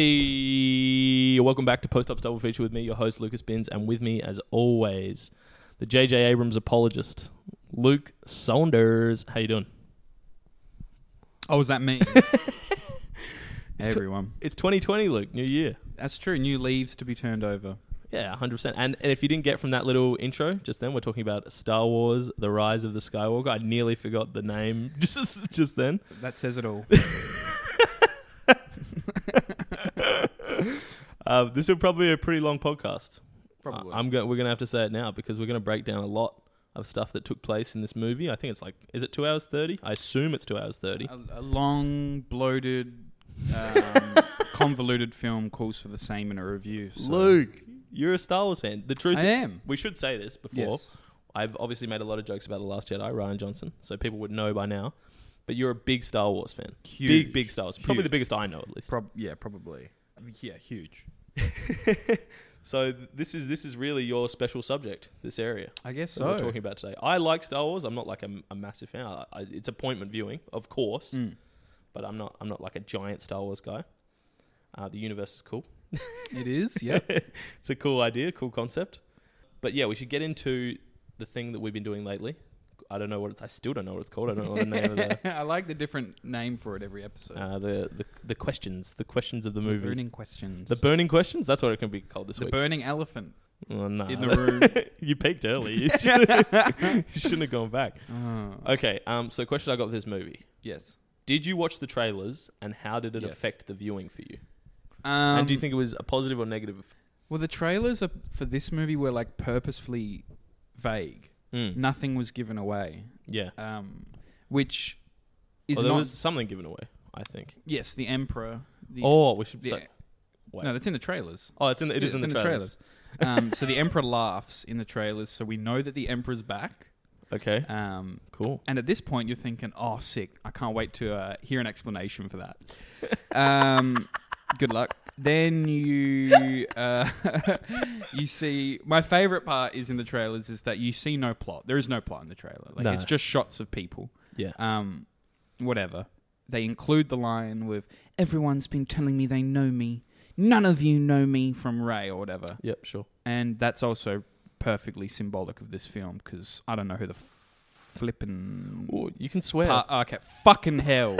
Hey, welcome back to Post Ups Double Feature with me, your host Lucas Binns, and with me, as always, the JJ Abrams apologist, Luke Saunders. How you doing? Oh, was that me? It's tw- Everyone. It's 2020, Luke. New year. That's true. New leaves to be turned over. Yeah, 100%. And, and if you didn't get from that little intro just then, we're talking about Star Wars The Rise of the Skywalker. I nearly forgot the name just, just then. That says it all. Uh, this will probably be a pretty long podcast. Probably. I- I'm go- we're going to have to say it now because we're going to break down a lot of stuff that took place in this movie. I think it's like, is it two hours 30? I assume it's two hours 30. a, a long, bloated, um, convoluted film calls for the same in a review. So. Luke, you're a Star Wars fan. The truth I am. we should say this before. Yes. I've obviously made a lot of jokes about The Last Jedi, Ryan Johnson, so people would know by now. But you're a big Star Wars fan. Huge. Big, big Star Wars. Probably the Huge. biggest I know, at least. Prob- yeah, probably. Yeah, huge. so th- this is this is really your special subject, this area. I guess that we're so. talking about today. I like Star Wars. I'm not like a, a massive fan. I, I, it's appointment viewing, of course, Mm. but I'm not. I'm not like a giant Star Wars guy. Uh, the universe is cool. It is, yeah. it's a cool idea, cool concept. But yeah, we should get into the thing that we've been doing lately. I don't know what it's. I still don't know what it's called. I don't know the name of the I like the different name for it every episode. uh, the, the the questions. The questions of the movie. Burning questions. The burning questions. That's what it can be called this The week. burning elephant oh, no. in the room. you peaked early. You shouldn't, you shouldn't have gone back. Oh, Okay. Um. So, question I got for this movie: yes. Did you watch the trailers, and how did it Yes. affect the viewing for you? Um, and do you think it was a positive or negative? Well, the trailers are, for this movie were like purposefully vague. Mm. Nothing was given away, Yeah. um, which is Well, Oh, there not. was something given away. I think. yes, the Emperor. The, Oh, we should. the- say- wait. no, that's in the trailers. oh, it's in. The, it Yeah, is it's in the trailers. trailers. um, so the Emperor laughs in the trailers, so we know that the Emperor's back. Okay. Um, Cool. and at this point, you're thinking, "Oh, sick! I can't wait to uh, hear an explanation for that." Um, good luck. Then you uh, you see my favorite part is in the trailers is that you see no plot. There is no plot in the trailer. Like No. it's just shots of people. Yeah. Um, whatever. They include the line with "Everyone's been telling me they know me. None of you know me from Ray or whatever." Yep. Sure. And that's also perfectly symbolic of this film because I don't know who the flippin' Oh, you can swear. Pa- okay, fucking hell.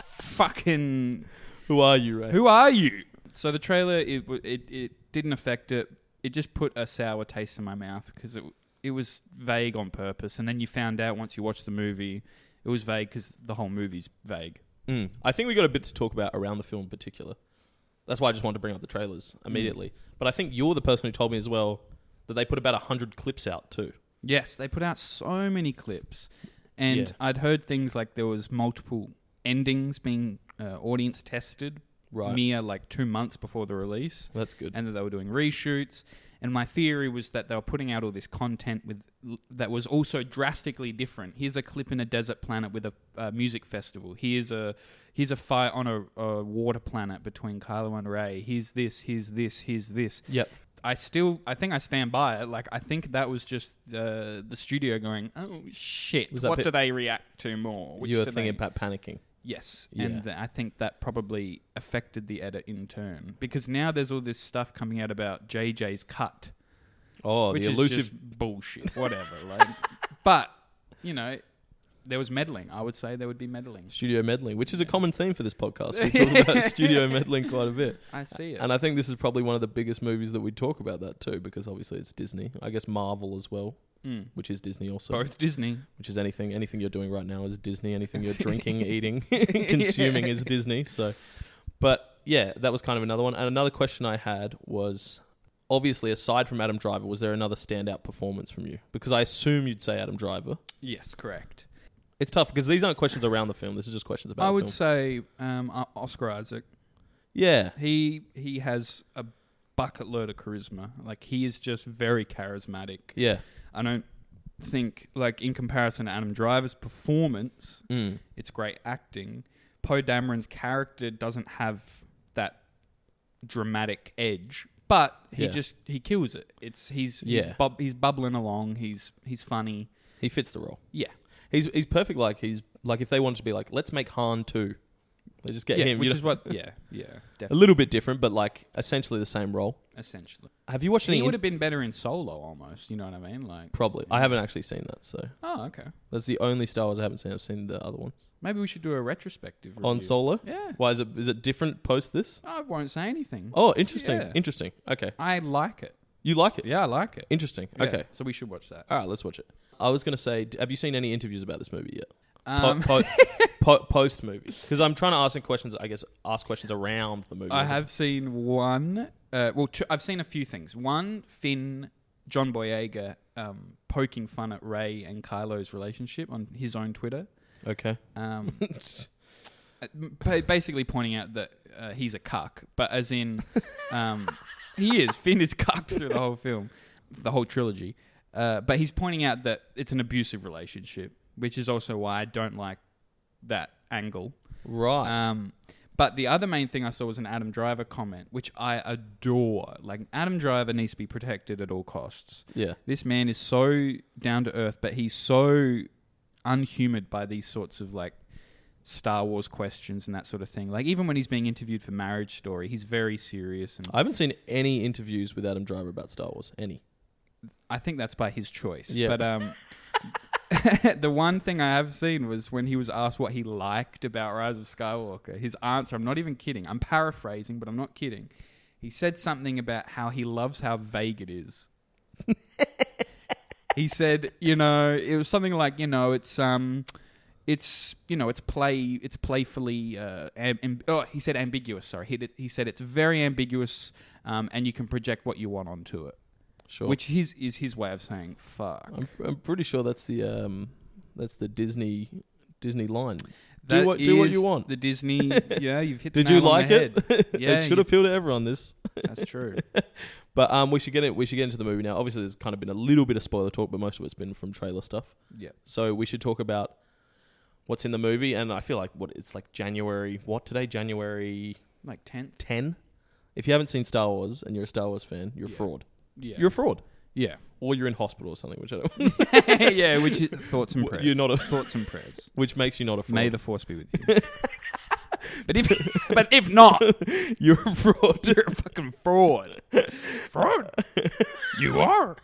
fucking. Who are you, Ray? Who are you? So the trailer, it, w- it it didn't affect it. It just put a sour taste in my mouth because it it was vague on purpose. And then you found out once you watched the movie, it was vague because the whole movie's vague. Mm. I think we got a bit to talk about around the film in particular. That's why I just wanted to bring up the trailers immediately. But I think you're the person who told me as well that they put about 100 clips out too. Yes, they put out so many clips, and Yeah. I'd heard things like there was multiple endings being uh, audience tested mere like two months before the release. That's good. and that they were doing reshoots. And my theory was that they were putting out all this content with that was also drastically different. Here's a clip in a desert planet with a uh, music festival. Here's a here's a fight on a, a water planet between Kylo and Ray. Here's this. Here's this. Here's this. yep. I still I think I stand by it. Like I think that was just uh, the studio going, oh shit, Was that what bit- do they react to more? Which You were do thinking they- about panicking. Yes, Yeah. and th- I think that probably affected the edit in turn because now there's all this stuff coming out about JJ's cut, Oh, which the is elusive. just bullshit. Whatever, like, but you know, there was meddling. I would say there would be meddling. Studio meddling, which is a common theme for this podcast. We talk about studio meddling quite a bit. I see it. And I think this is probably one of the biggest movies that we talk about that too, because obviously it's Disney. I guess Marvel as well, Mm. which is Disney also. Both Disney. Which is anything anything you're doing right now is Disney. Anything you're drinking, eating, consuming is Disney. So but yeah, that was kind of another one. And another question I had was obviously aside from Adam Driver, was there another standout performance from you? Because I assume you'd say Adam Driver. Yes, correct. It's tough because these aren't questions around the film. This is just questions about I the would film. say um, O- Oscar Isaac. Yeah. He he has a bucket load of charisma. Like he is just very charismatic. Yeah. I don't think like in comparison to Adam Driver's performance, Mm. it's great acting. Poe Dameron's character doesn't have that dramatic edge, but he Yeah. just he kills it. It's he's Yeah. he's, bub- he's bubbling along. He's he's funny. He fits the role. Yeah, He's he's perfect. Like he's like if they wanted to be like, let's make Han two, They just get yeah, him. which you is know. what. Yeah, yeah, a definitely. little bit different, but like essentially the same role. Essentially, Have you watched any? he in- would have been better in solo almost. You know what I mean? Like, Probably. I haven't actually seen that, so oh, okay. that's the only Star Wars I haven't seen. I've seen the other ones Maybe we should do a retrospective on review. Solo. Yeah, Why is it? Is it different post this? I won't say anything. Oh, interesting. Yeah. Interesting. Okay, I like it. you like it? Yeah, I like it. Interesting. Yeah, Okay. so we should watch that. All right, let's watch it. I was gonna say, d- have you seen any interviews about this movie yet? Po- Um, po- po- post movie, because I'm trying to ask some questions. I guess ask questions around the movie. I as a- have seen one. Uh, well, two, I've seen a few things. One, Finn, John Boyega, um, poking fun at Ray and Kylo's relationship on his own Twitter. Okay. Um, uh, ba- basically pointing out that uh, he's a cuck, but as in, um, he is. Finn is cucked through the whole film, the whole trilogy. Uh, but he's pointing out that it's an abusive relationship, which is also why I don't like that angle. Right. Um, but the other main thing I saw was an Adam Driver comment, which I adore. Like Adam Driver needs to be protected at all costs. yeah. This man is so down to earth, but he's so unhumored by these sorts of like Star Wars questions and that sort of thing. Like even when he's being interviewed for Marriage Story, he's very serious, and I haven't seen any interviews with Adam Driver about Star Wars. Any. I think that's by his choice. Yeah. But um. the one thing I have seen was when he was asked what he liked about Rise of Skywalker. His answer, I'm not even kidding, I'm paraphrasing, but I'm not kidding. He said something about how he loves how vague it is. he said, you know, it was something like, you know, it's um it's you know it's play it's playfully uh am, am- oh he said ambiguous sorry he, did- he said it's very ambiguous um and you can project what you want onto it Sure. which his is his way of saying fuck I'm, I'm pretty sure that's the um that's the Disney Disney line. Do That what- do what you is want. The Disney, yeah, you've hit. The Did you nail on like the it? head. Yeah, it should you- appeal to everyone. This, That's true. but um, we should get it. We should get into the movie now. Obviously, there's kind of been a little bit of spoiler talk, but most of it's been from trailer stuff. Yeah, So we should talk about what's in the movie. And I feel like what it's like January. What today? January like tenth. ten. If you haven't seen Star Wars and you're a Star Wars fan, you're a Yeah. fraud. Yeah, You're a fraud, yeah, or you're in hospital or something, which I don't, yeah. Which is thoughts and Well, prayers. you're not a- thoughts and prayers. which makes you not a fraud. May the force be with you. but if, but if not, you're a fraud. you're a fucking fraud. Fraud. You are.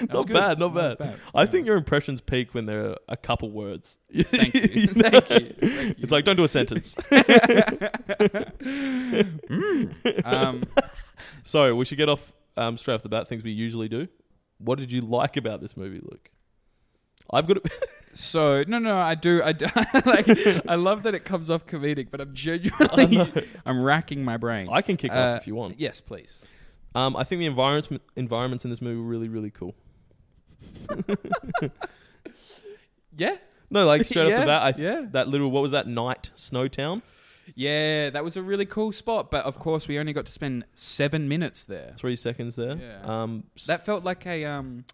That was Not good. bad, not That was bad. I think your impressions peak when there are a couple words. Thank you. You know? Thank you. Thank you. It's like don't do a sentence. um, so we should get off um, straight off the bat. Things we usually do. What did you like about this movie, Luke? I've got. A- So no, no, I do, I do, like, I love that it comes off comedic, but I'm genuinely, I'm racking my brain. I can kick Uh, off if you want. Yes, please. Um, I think the environment environments in this movie were really really cool. Yeah, No, like straight off Yeah, the bat, I yeah. that little what was that night snow town? yeah, that was a really cool spot, but of course we only got to spend seven minutes there. Three seconds there. Yeah. Um, s- That felt like a um,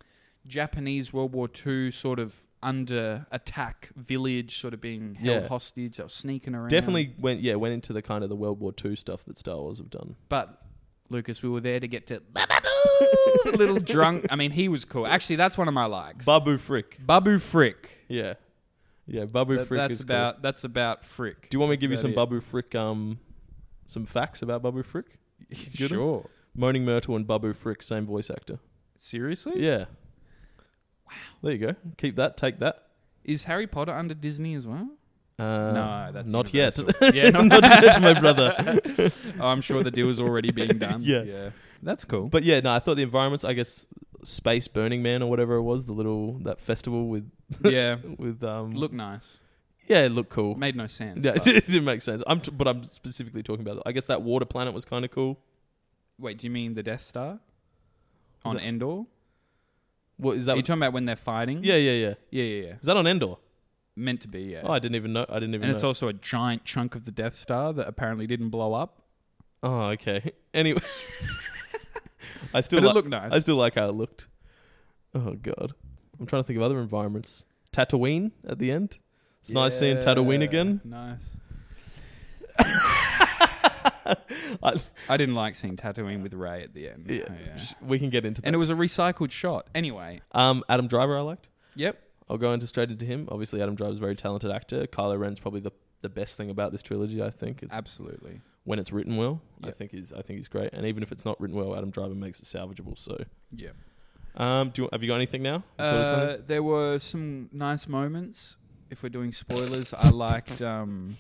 Japanese World War II sort of under attack village, sort of being held Yeah. hostage. They were sneaking around. definitely went yeah went into the kind of the World War II stuff that Star Wars have done. But Lucas, we were there to get to Babadoo, little drunk. I mean, he was cool. Actually, that's one of my likes. Babu Frick. Babu Frick. Yeah, yeah. Babu That- Frick that's is cool. about that's about Frick. Do you want me to give you That's some about Babu Frick um some facts about Babu Frick? Good 'em? sure. Moaning Myrtle and Babu Frick, same voice actor. Seriously? Yeah. Wow. There you go. Keep that. Take that. Is Harry Potter under Disney as well? Uh, no, that's not Universal. yeah, not, not yet, my brother. oh, I'm sure the deal is already being done. Yeah. That's cool. But yeah, no, I thought the environments. I guess space Burning Man or whatever it was, the little that festival with yeah, with um. look nice. Yeah, it looked cool. Made no sense. Yeah, it but- didn't make sense. I'm, t- but I'm specifically talking about. I guess that water planet was kind of cool. Wait, do you mean the Death Star on that- Endor? What is Are that? you talking about when they're fighting? yeah, yeah, yeah. yeah, yeah, yeah. Is that on Endor? Meant to be, yeah. Oh, I didn't even know. I didn't even. and know. it's also a giant chunk of the Death Star that apparently didn't blow up, Oh, okay. Anyway, I still but li- it looked nice. I still like how it looked. Oh god, I'm trying to think of other environments. Tatooine at the end. It's nice seeing Tatooine Yeah, again. Nice. I- I didn't like seeing Tatooine with Ray at the end. yeah, Oh, yeah. sh- we can get into that. And it was a recycled shot. Anyway, um, Adam Driver, I liked. yep. I'll go into straight into him. Obviously, Adam Driver's a very talented actor. Kylo Ren's probably the the best thing about this trilogy. I think it's Absolutely. when it's written well. I Yeah. think he's I think he's great. And even if it's not written well, Adam Driver makes it salvageable. So, Yeah. um, do you, have you got anything now? You thought of something? Uh, there were some nice moments. If we're doing spoilers, I liked. Um,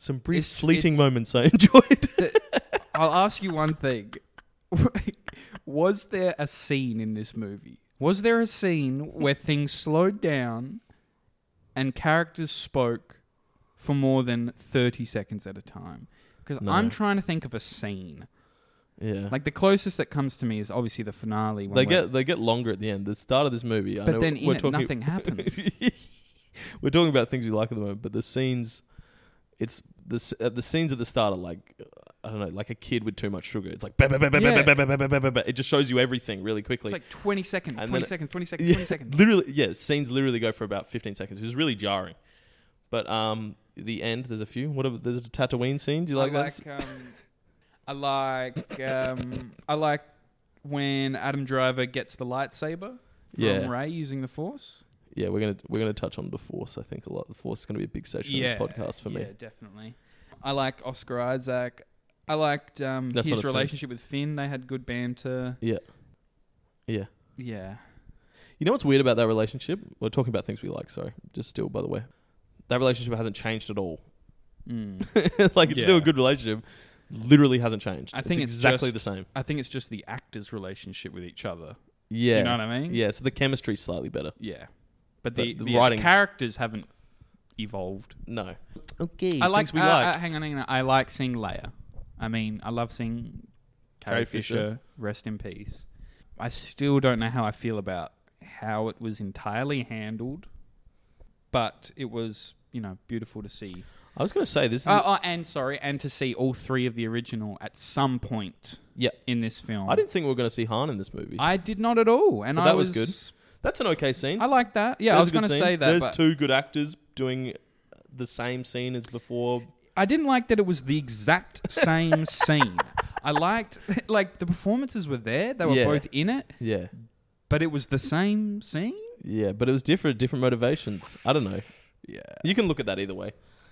Some brief it's- fleeting it's- moments I enjoyed. I'll ask you one thing. Was there a scene in this movie? Was there a scene where things slowed down and characters spoke for more than 30 seconds at a time? Because No. I'm trying to think of a scene. yeah, Like the closest that comes to me is obviously the finale. When they we're- get they get longer at the end. The start of this movie, I know but then in we're it, talking nothing happens. we're talking about things we like at the moment, but the scenes, it's the s- uh, the scenes at the start are like. uh, I don't know, like a kid with too much sugar. It's like bah, bah, bah, bah, bah, Yeah. bah, bah, bah, bah, bah, bah, bah. it just shows you everything really quickly. It's like 20 seconds, And 20 then it- seconds, 20 seconds, yeah, 20 seconds. literally, yeah, scenes literally go for about 15 seconds. It was really jarring. But um, the end, there's a few. What? Are, there's a Tatooine scene. Do you like, I that? like um, I like um, I like when Adam Driver gets the lightsaber from Yeah. Ray using the Force. Yeah, we're gonna we're gonna touch on the Force. I think a lot. The Force is gonna be a big section of this podcast for me. Yeah, definitely. I like Oscar Isaac. I liked um, That's not a his scene. relationship with Finn. They had good banter. Yeah. Yeah. You know what's weird about that relationship? We're talking about things we like. Sorry, just still by the way, that relationship hasn't changed at all. Mm. like it's still a Yeah. good relationship. Literally hasn't changed. I think it's exactly just- the same. I think it's just the actors' relationship with each other. Yeah. You know what I mean? Yeah. So the chemistry's slightly better. Yeah. But the, But the the writing- characters haven't evolved. No. Okay. I like. Things we uh, like. uh, hang on, hang on. I like seeing Leia. I mean, I love seeing Carrie Carrie Fisher. Fisher. Rest in peace. I still don't know how I feel about how it was entirely handled, but it was you know beautiful to see. I was gonna say this. Is Oh, oh, and sorry, and to see all three of the original at some point. Yeah. in this film, I didn't think we were going to see Han in this movie. I did not at all, and But I that was That's an okay scene. I like that. Yeah, I That was a good going to scene. say that. There's but two good actors doing the same scene as before. I didn't like that it was the exact same scene. I liked like the performances were there; they were Yeah. both in it, Yeah, but it was the same scene. yeah, but it was different, different motivations. I don't know. Yeah, You can look at that either way.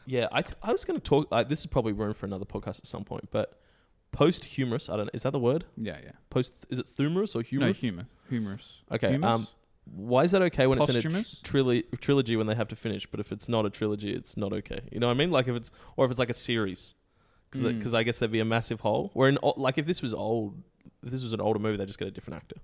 Yeah, I, th- I was going to talk. Like, this is probably room for another podcast at some point, but post-humorous. I don't. Is that the word? yeah, yeah. Post. Is it humorous or No humorous? humor, humorous. okay. humorous? Um, why is that okay when Posthumous? it's in a tr- trili- trilogy when they have to finish? But if it's not a trilogy, it's not okay. You know what I mean? Like if it's or if it's like a series, because Mm. I guess there'd be a massive hole. Where in o- like if this was old, if this was an older movie, they just get a different actor.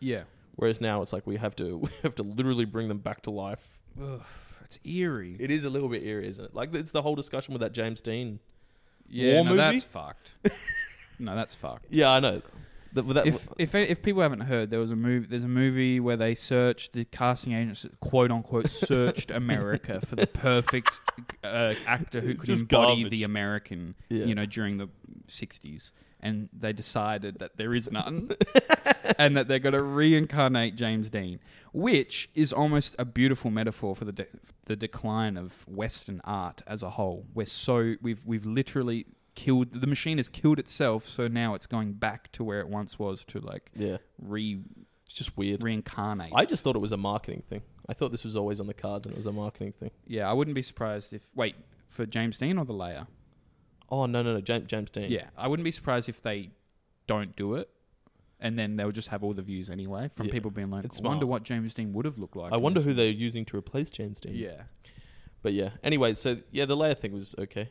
Yeah, Whereas now it's like we have to we have to literally bring them back to life. Ugh, it's eerie. It is a little bit eerie, isn't it? Like it's the whole discussion with that James Dean. Yeah, War no, movie? that's fucked. no, that's fucked. Yeah, I know. That, that, If, if if people haven't heard, there was a movie. There's a movie where they searched the casting agents, quote unquote, searched America for the perfect uh, actor who could Just embody garbage. the American. Yeah. You know, during the '60s, and they decided that there is none, and that they're going to reincarnate James Dean, which is almost a beautiful metaphor for the de- the decline of Western art as a whole. We're so we've we've literally killed the machine has killed itself so now it's going back to where it once was to like yeah, re it's just weird. reincarnate I just thought it was a marketing thing. I thought this was always on the cards and it was a marketing thing. yeah i wouldn't be surprised if wait for james dean or the layer Oh no no no, James, James Dean. yeah i wouldn't be surprised if they don't do it and then they'll just have all the views anyway from Yeah. people being like It's i wonder smart. what james dean would have looked like I in wonder this who movie." they're using to replace James Dean. yeah But yeah. Anyway, so yeah, the Leia thing was okay.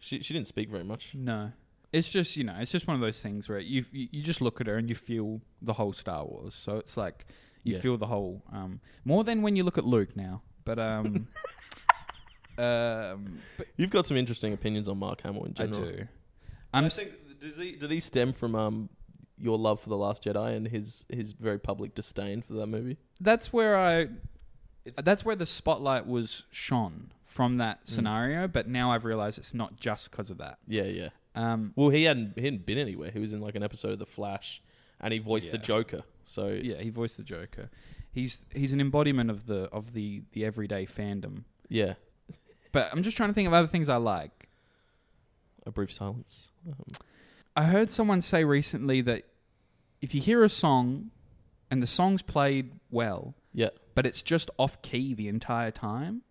She she didn't speak very much. no it's just you know it's just one of those things where you you you just look at her and you feel the whole star wars so it's like you Yeah. feel the whole um more than when you look at luke now but um um You've got some interesting opinions on Mark Hamill in general. I do. I'm I s- think does they, do these stem from um your love for the Last Jedi and his his very public disdain for that movie? that's where I. It's- that's where the spotlight was shone from that Mm. scenario, but now I've realized it's not just because of that. Yeah, yeah. Um, Well, he hadn't he hadn't been anywhere. He was in like an episode of The Flash, and he voiced the Yeah. Joker. So yeah, yeah, he voiced the Joker. He's he's an embodiment of the of the the everyday fandom. But I'm just trying to think of other things I like. a brief silence. Um, I heard someone say recently that if you hear a song and the song's played well, Yeah. but it's just off key the entire time,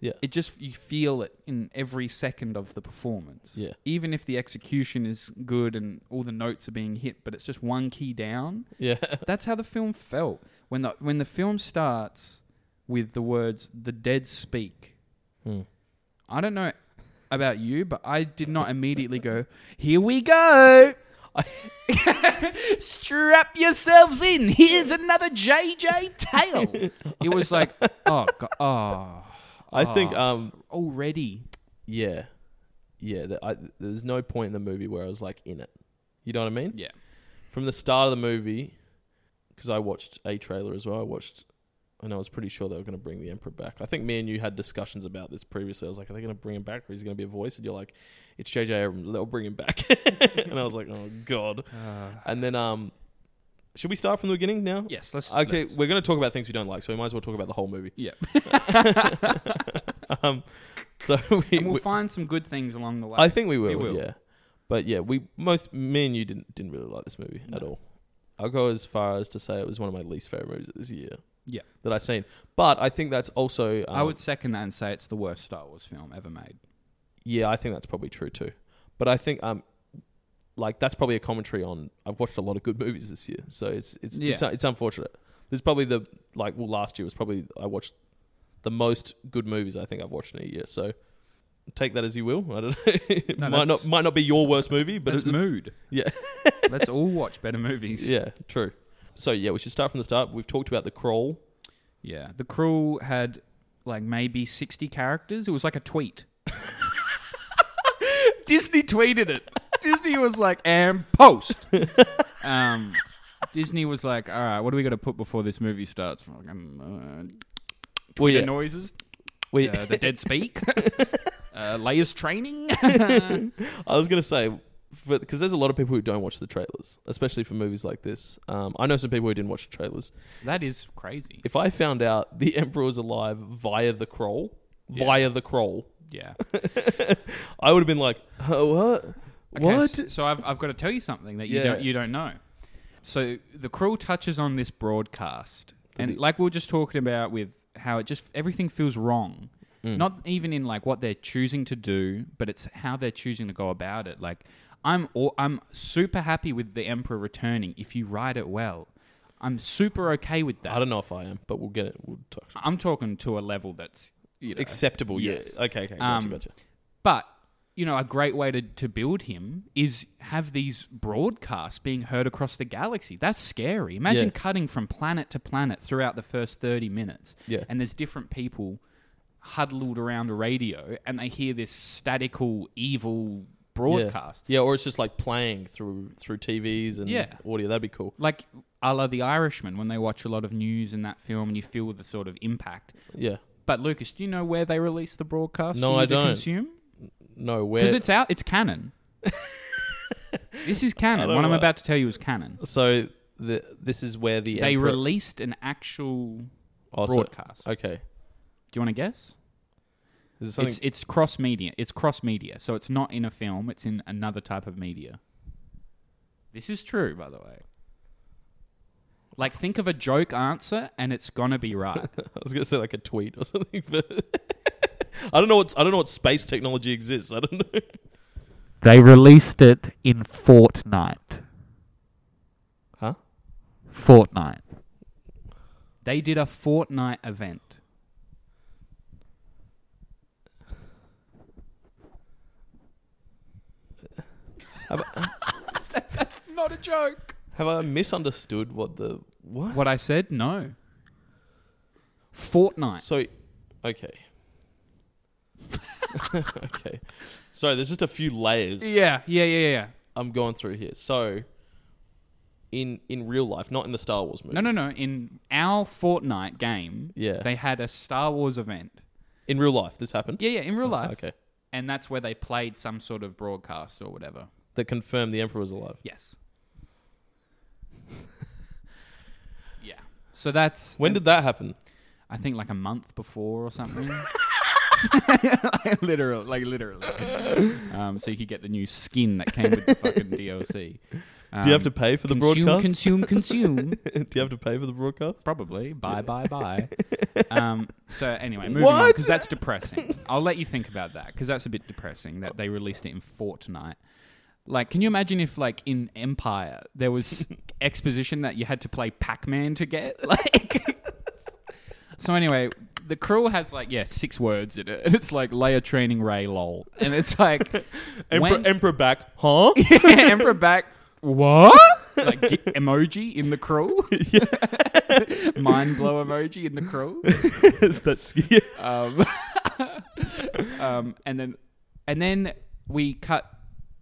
Yeah. It just you feel it in every second of the performance. Yeah. Even if the execution is good and all the notes are being hit, but it's just one key down. Yeah. That's how the film felt. When the when the film starts with the words "the dead speak," Hmm. I don't know about you, but I did not immediately go, "Here we go." Strap yourselves in. Here's another JJ tale. It was like, oh, God, oh, I think Ah. um already. yeah. Yeah, that I, there's no point in the movie where I was like in it. You know what I mean? Yeah. From the start of the movie cuz I watched a trailer as well. I watched and I was pretty sure they were going to bring the emperor back. I think me and you had discussions about this previously. I was like, are they going to bring him back or is he going to be a voice? And you're like, it's JJ Abrams. They'll bring him back. and I was like, oh god. Uh, And then um should we start from the beginning now? yes, let's. Okay, let's- we're going to talk about things we don't like, so we might as well talk about the whole movie. yeah, um, so we, and we'll we- find some good things along the way. I think we will, will. yeah. But yeah, we most me and you didn't didn't really like this movie at No. all. I'll go as far as to say it was one of my least favorite movies of this year. Yeah. that I've seen. But I think that's also um, I would second that and say it's the worst Star Wars film ever made. Yeah, I think that's probably true too. But I think um, like that's probably a commentary on. I've watched a lot of good movies this year, so it's it's Yeah. it's, it's unfortunate. There's probably the like well last year was probably I watched the most good movies I think I've watched in a year. So take that as you will. I don't know. It No, might not that's- might not be your worst movie, But but it's it, mood. Yeah. let's all watch better movies. yeah, true. So yeah, we should start from the start. We've talked about the crawl. Yeah. The crew had like maybe 60 characters. It was like a tweet. Disney tweeted it. Disney was like, and post. um, Disney was like, all right, what do we got to put before this movie starts? Um, uh, Well, Twitter yeah. noises, We, uh, the dead speak, uh, layers training. I was gonna say because there's a lot of people who don't watch the trailers, especially for movies like this. Um, I know some people who didn't watch the trailers. that is crazy. If I found out the Emperor was alive via the crawl, Yeah. via the crawl, Yeah. I would have been like, oh, what? Okay, what? s- So I've, I've got to tell you something that you Yeah. don't you don't know. So the crew touches on this broadcast, and the- like we were just talking about with how it just everything feels wrong. Mm. Not even in like what they're choosing to do, but it's how they're choosing to go about it. Like I'm all, I'm super happy with the emperor returning if you write it well. I'm super okay with I that. don't know if I am, but we'll get it. We'll talk. I'm talking to a level that's you know, Acceptable, yes. Yes. Yeah. Okay, okay, gotcha, Um, gotcha. But you know, a great way to, to build him is have these broadcasts being heard across the galaxy. That's scary. Imagine Yeah. cutting from planet to planet throughout the first thirty minutes. Yeah. And there's different people huddled around a radio and they hear this statical evil broadcast. Yeah. yeah, or it's just like playing through through TVs and Yeah. audio. That'd be cool. Like a la the Irishman when they watch a lot of news in that film and you feel the sort of impact. Yeah. But Lucas, do you know where they release the broadcast No, for you I to don't. consume? No, Because where? it's out. It's canon. this is canon. don't What I'm know. about to tell you is canon. so the, this is where the They Emperor- released an actual Oh, so- broadcast. Okay. Do you want to guess? Is it something? It's it's cross media. It's cross media. So it's not in a film. It's in another type of media. This is true, by the way. Like think of a joke answer, and it's gonna be right. I was gonna say like a tweet or something, but I don't know what I don't know what space technology exists. I don't know. They released it in Fortnite. Huh? Fortnite. they did a Fortnite event. That's not a joke. Have I misunderstood what the what? What I said? No. Fortnite. So, okay, okay. Sorry, there's just a few layers. Yeah, yeah, yeah, yeah. I'm going through here. So, in in real life, not in the Star Wars movie. No, no, no. In our Fortnite game, Yeah. they had a Star Wars event. In real life, this happened. Yeah, yeah, in real life. Okay. And that's where they played some sort of broadcast or whatever. That confirmed the Emperor was alive. Yes. yeah. So that's When did that happen? I think like a month before or something. literally, like literally. Um, so you could get the new skin that came with the fucking DLC. Do you have to pay for the consume, broadcast? Consume, consume. Do you have to pay for the broadcast? Probably. Bye, bye, bye. Um, so anyway, moving on What? because that's depressing. I'll let you think about that because that's a bit depressing that they released it in Fortnite. Like, can you imagine if, like, in Empire, there was exposition that you had to play Pac-Man to get? Like, so anyway, the crew has like yeah six words in it, and it's like layer training Ray lol, and it's like Emperor, when- Emperor back, huh? Emperor back. What? Like ge- emoji in the crew. Mind blow emoji in the crew. That's yeah. Um, um, and then, and then we cut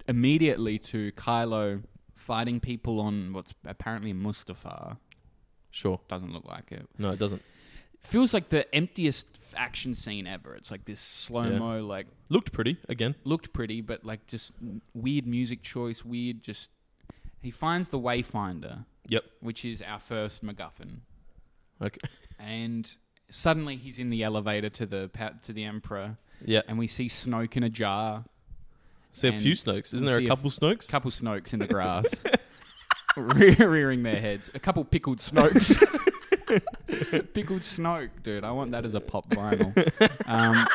immediately to Kylo fighting people on what's apparently Mustafar. sure. Doesn't look like it. No, it doesn't. Feels like the emptiest action scene ever. It's like this slow mo, like Looked pretty again. looked pretty, but like just weird music choice, weird. Just he finds the Wayfinder, Yep. which is our first MacGuffin, Okay. and suddenly he's in the elevator to the pa- to the Emperor, Yeah. and we see Snoke in a jar, See a and few Snokes. Isn't there see a a couple Snokes? couple Snokes in the grass, re- rearing their heads, a couple pickled Snokes. Pickled Snoke, dude. I want that as a pop vinyl. Um,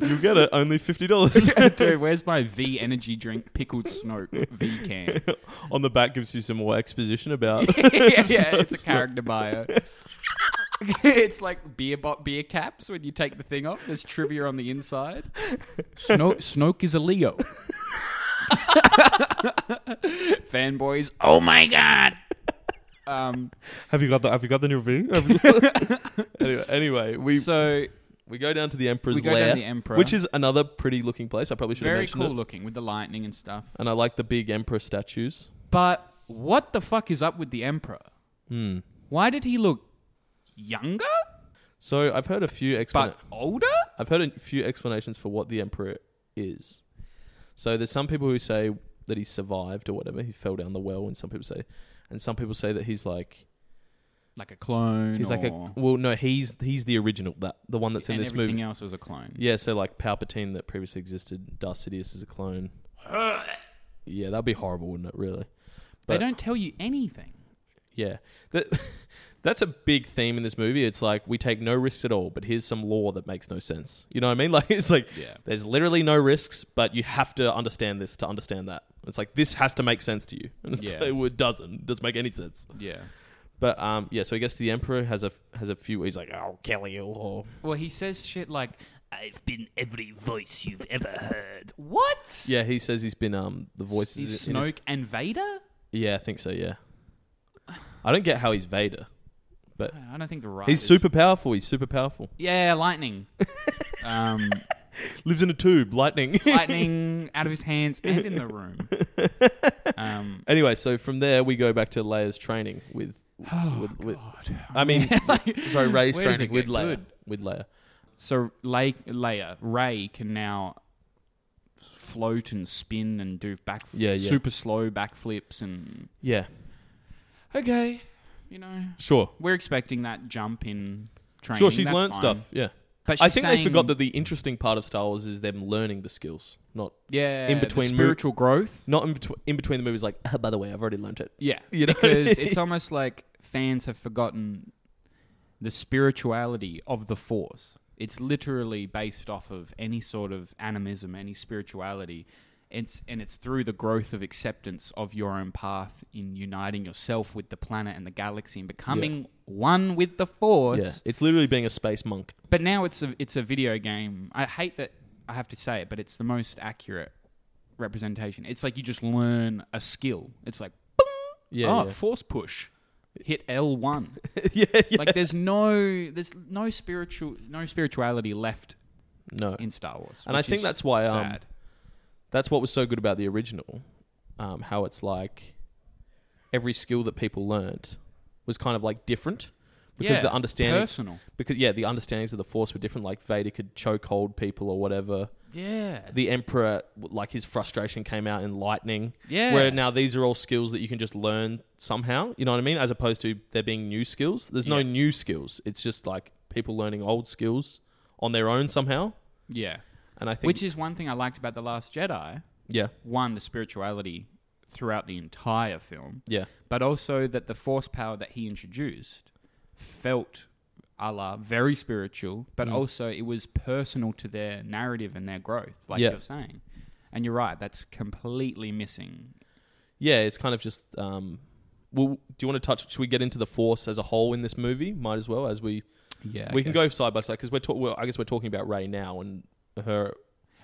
You'll get it. Only fifty dollars. dude, where's my V energy drink? Pickled Snoke V can. On the back gives you some more exposition about. yeah, yeah, it's a character bio. it's like beer bot beer caps when you take the thing off. There's trivia on the inside. Snoke, Snoke is a Leo. Fanboys, oh my god. Um, have you got the Have you got the new V? anyway, anyway, we so we go down to the Emperor's we go lair, down the Emperor, which is another pretty looking place. I probably should have very mentioned cool it. looking with the lightning and stuff. And I like the big Emperor statues. But what the fuck is up with the Emperor? Hmm. Why did he look younger So I've heard a few expla- but older? I've heard a few explanations for what the emperor is. So there's some people who say that he survived or whatever, he fell down the well, and some people say, and some people say that he's like Like a clone. he's like or- a well, no, he's he's the original that the one that's in and this everything movie. else was a clone. Yeah, so like Palpatine that previously existed, Darth Sidious is a clone. yeah, that'd be horrible, wouldn't it? Really? They But- don't tell you anything. Yeah. That, that's a big theme in this movie. It's like we take no risks at all, but here's some law that makes no sense. You know what I mean? Like it's like Yeah. there's literally no risks, but you have to understand this to understand that. It's like this has to make sense to you. And it's Yeah. like, well, it doesn't. It doesn't make any sense. Yeah. But um yeah, so I guess the Emperor has a has a few he's like, I'll kill you or Well, he says shit like, "I've been every voice you've ever heard." What? Yeah, he says he's been um the voices He's in his- Snoke and Vader. Yeah, I think so, yeah. I don't get how he's Vader. I don't think the right. He's super powerful, he's super powerful. Yeah, lightning. um, Lives in a tube, lightning. lightning out of his hands and in the room. Um, Anyway, so from there we go back to Leia's training with. oh, with, with I mean, sorry, Ray's where does it training with get Leia. good? With Leia. so Lay- Leia, Ray can now float and spin and do back Yeah, yeah. super slow backflips and Yeah, okay, you know sure, We're expecting that jump in training. sure. She's That's learned fine. stuff. Yeah, But I she's think they saying- forgot that the interesting part of Star Wars is them learning the skills, not Yeah, in the between mo- spiritual growth. not in, betw- in between the movies. Like, "Ah, by the way, I've already learned it. Yeah, You know? because it's almost like fans have forgotten the spirituality of the Force. It's literally based off of any sort of animism, any spirituality. It's and it's through the growth of acceptance of your own path in uniting yourself with the planet and the galaxy and becoming one with the Force. Yeah, it's literally being a space monk. But now it's a it's a video game. I hate that I have to say it, but it's the most accurate representation. It's like you just learn a skill. It's like, boom, Yeah, oh, yeah. force push, hit L one. yeah, yeah. Like there's no there's no spiritual no spirituality left no, in Star Wars, And I which think is that's why, um, sad. that's what was so good about the original. Um, how it's like every skill that people learnt was kind of like different because Yeah, the understanding personal. because yeah, the understandings of the Force were different. Like Vader could choke hold people or whatever. Yeah, The Emperor, like his frustration came out in lightning. Yeah. Where now these are all skills that you can just learn somehow. You know what I mean? As opposed to there being new skills. There's no Yeah. new skills. It's just like people learning old skills on their own somehow. yeah. And I think Which is one thing I liked about the Last Jedi. yeah, One, the spirituality throughout the entire film, Yeah. but also that the force power that he introduced felt a la very spiritual, but Mm. also it was personal to their narrative and their growth, like Yeah. you're saying. And you're right, that's completely missing. Yeah, it's kind of just. Um, well, do you want to touch? Should we get into the Force as a whole in this movie? Might as well as we Yeah, we can go side by side because we're, ta- well, I guess we're talking about Ray now and her.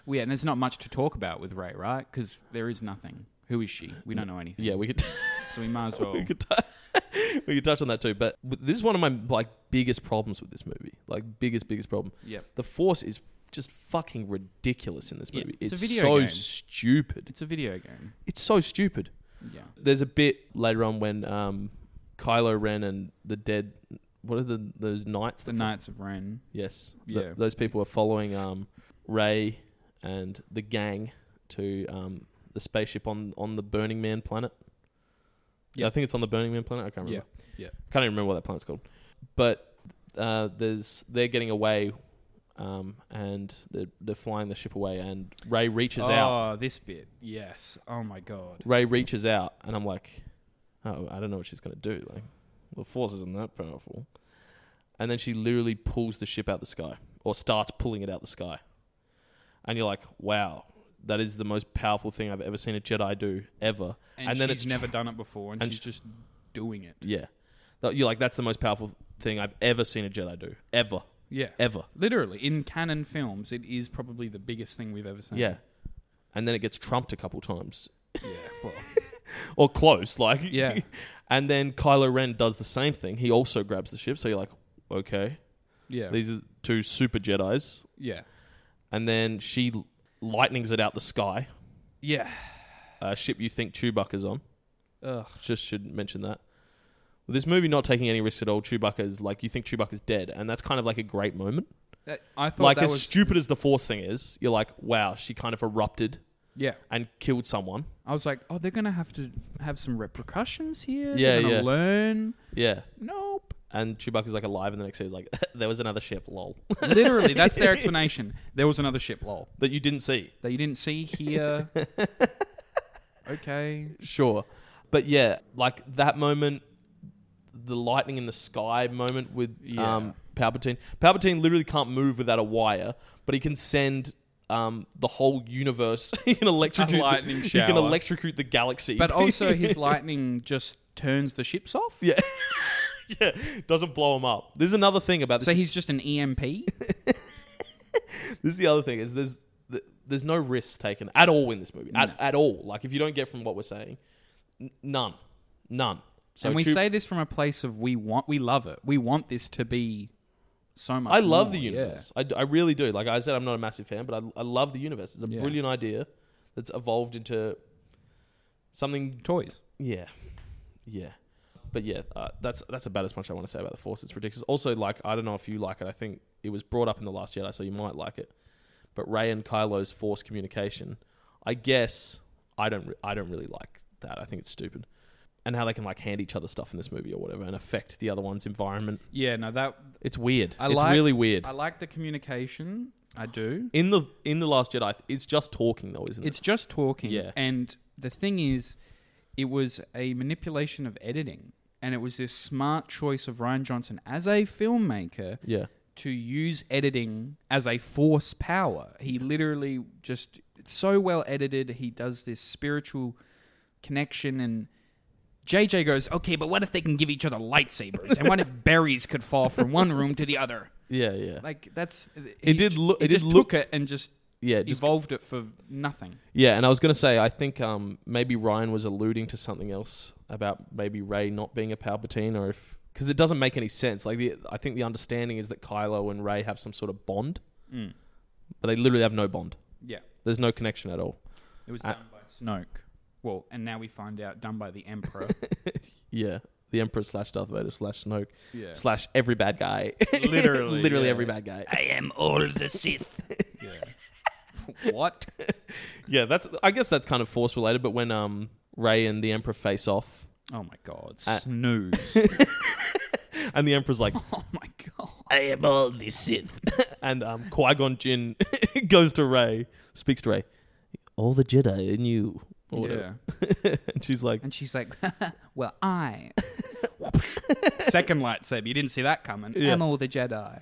Well, yeah, and there's not much to talk about with Ray, right? Because there is nothing. Who is she? We don't know anything. Yeah, we could so we might as well. we could t- we could touch on that too. But w- this is one of my like biggest problems with this movie. Like biggest biggest problem. Yep. The Force is just fucking ridiculous in this Yeah, movie. it's It's, a video so game. stupid. It's a video game. It's so stupid. Yeah. There's a bit later on when um, Kylo Ren and the dead. What are the those knights? It's the that- Knights of Ren. Yes. Th- Yeah. those people are following um, Ray and the gang to um, the spaceship on, on the Burning Man planet. Yeah, I Yep. think it's on the Burning Man planet. I can't remember. Yeah. Yeah. Can't even remember what that planet's called. But uh, there's they're getting away um, and they're, they're flying the ship away and Ray reaches oh, out. this bit. Yes. Oh my god. Ray reaches out and I'm like, oh, I don't know what she's going to do. Like, the force isn't that powerful. And then she literally pulls the ship out the sky or starts pulling it out the sky. And you're like, wow, that is the most powerful thing I've ever seen a Jedi do ever. And, then she's it's never done it before, and, and she's just doing it. Yeah. That- You're like, that's the most powerful thing I've ever seen a Jedi do. Ever. Yeah. Ever. Literally, in canon films, it is probably the biggest thing we've ever seen. Yeah. And then it gets trumped a couple times. Yeah. Well, Or close, like Yeah. and then Kylo Ren does the same thing. He also grabs the ship, so you're like, okay. yeah. These are two super Jedi's, yeah. and then she l- lightnings it out the sky. Yeah. A ship you think Chewbacca's on. Ugh. Just should mention that. With this movie not taking any risks at all, Chewbacca's like you think Chewbacca's dead, and that's kind of like a great moment. That- I thought Like that as was. stupid as the Force thing is, you're like, wow, she kind of erupted yeah. and killed someone. I was like, oh, they're gonna have to have some repercussions here. Yeah, They're gonna yeah. Learn. Yeah, Nope. and Chewbacca's like alive, and the next day he's like, there was another ship, lol, Literally, that's their explanation. There was another ship. Lol. that you didn't see. That you didn't see here. okay. Sure. But yeah, like that moment, the lightning in the sky moment with Yeah. um, Palpatine. Palpatine literally can't move without a wire, but he can send um, the whole universe. he can electrocute. lightning the, He shower. can electrocute the galaxy. But also, his lightning just turns the ships off. yeah, yeah, doesn't blow him up. There's another thing about this. So he's just an E EMP. this is the other thing is there's th- there's no risks taken at all in this movie No. at, at all. Like if you don't get from what we're saying, n- none, none. So and we Chew- say this from a place of we want, we love it. We want this to be so much. I love more, the yeah. universe. I d I I, really do. Like I said, I'm not a massive fan, but I, I love the universe. It's a Yeah. brilliant idea that's evolved into something. Toys. Yeah, yeah. But yeah, uh, that's that's about as much I want to say about the Force. It's ridiculous. Also, like I don't know if you like it. I think it was brought up in the Last Jedi, so you might like it. But Ray and Kylo's Force communication, I guess I don't re- I don't really like that. I think it's stupid, and how they can like hand each other stuff in this movie or whatever and affect the other one's environment. Yeah. No, that It's weird. I it's like- really weird. I like the communication. I do. In the in the Last Jedi, it's just talking though, isn't it? It's just talking. Yeah. And the thing is, it was a manipulation of editing, and it was this smart choice of Ryan Johnson as a filmmaker yeah, to use editing as a force power. He literally just it's so well edited. He does this spiritual connection and JJ goes, "Okay, but what if they can give each other lightsabers? and what if berries could fall from one room to the other?" yeah, yeah, Like that's It he's- did look- he it did just look- took it and just yeah. Just, evolved it for nothing. yeah, and I was gonna say, I think um, maybe Ryan was alluding to something else about maybe Ray not being a Palpatine, or if because it doesn't make any sense. Like the I think the understanding is that Kylo and Ray have some sort of bond, Mm. but they literally have no bond. Yeah, There's no connection at all. it was I- done by Snoke. Well, and now we find out done by the Emperor. Yeah, the Emperor slash Darth Vader slash Snoke yeah, slash every bad guy, Literally, literally yeah. every bad guy. I am all the Sith. yeah. what? Yeah, that's I guess that's kind of force related. But when um Ray and the Emperor face off, Oh my god, Uh, snooze. and the Emperor's like, oh my god. I am all the Sith. and um, Qui Gon Jinn goes to Ray, speaks to Ray. All the Jedi in you or whatever. yeah. and she's like, And she's like, "Well, I." Second lightsaber. You didn't see that coming. Yeah. I'm all the Jedi.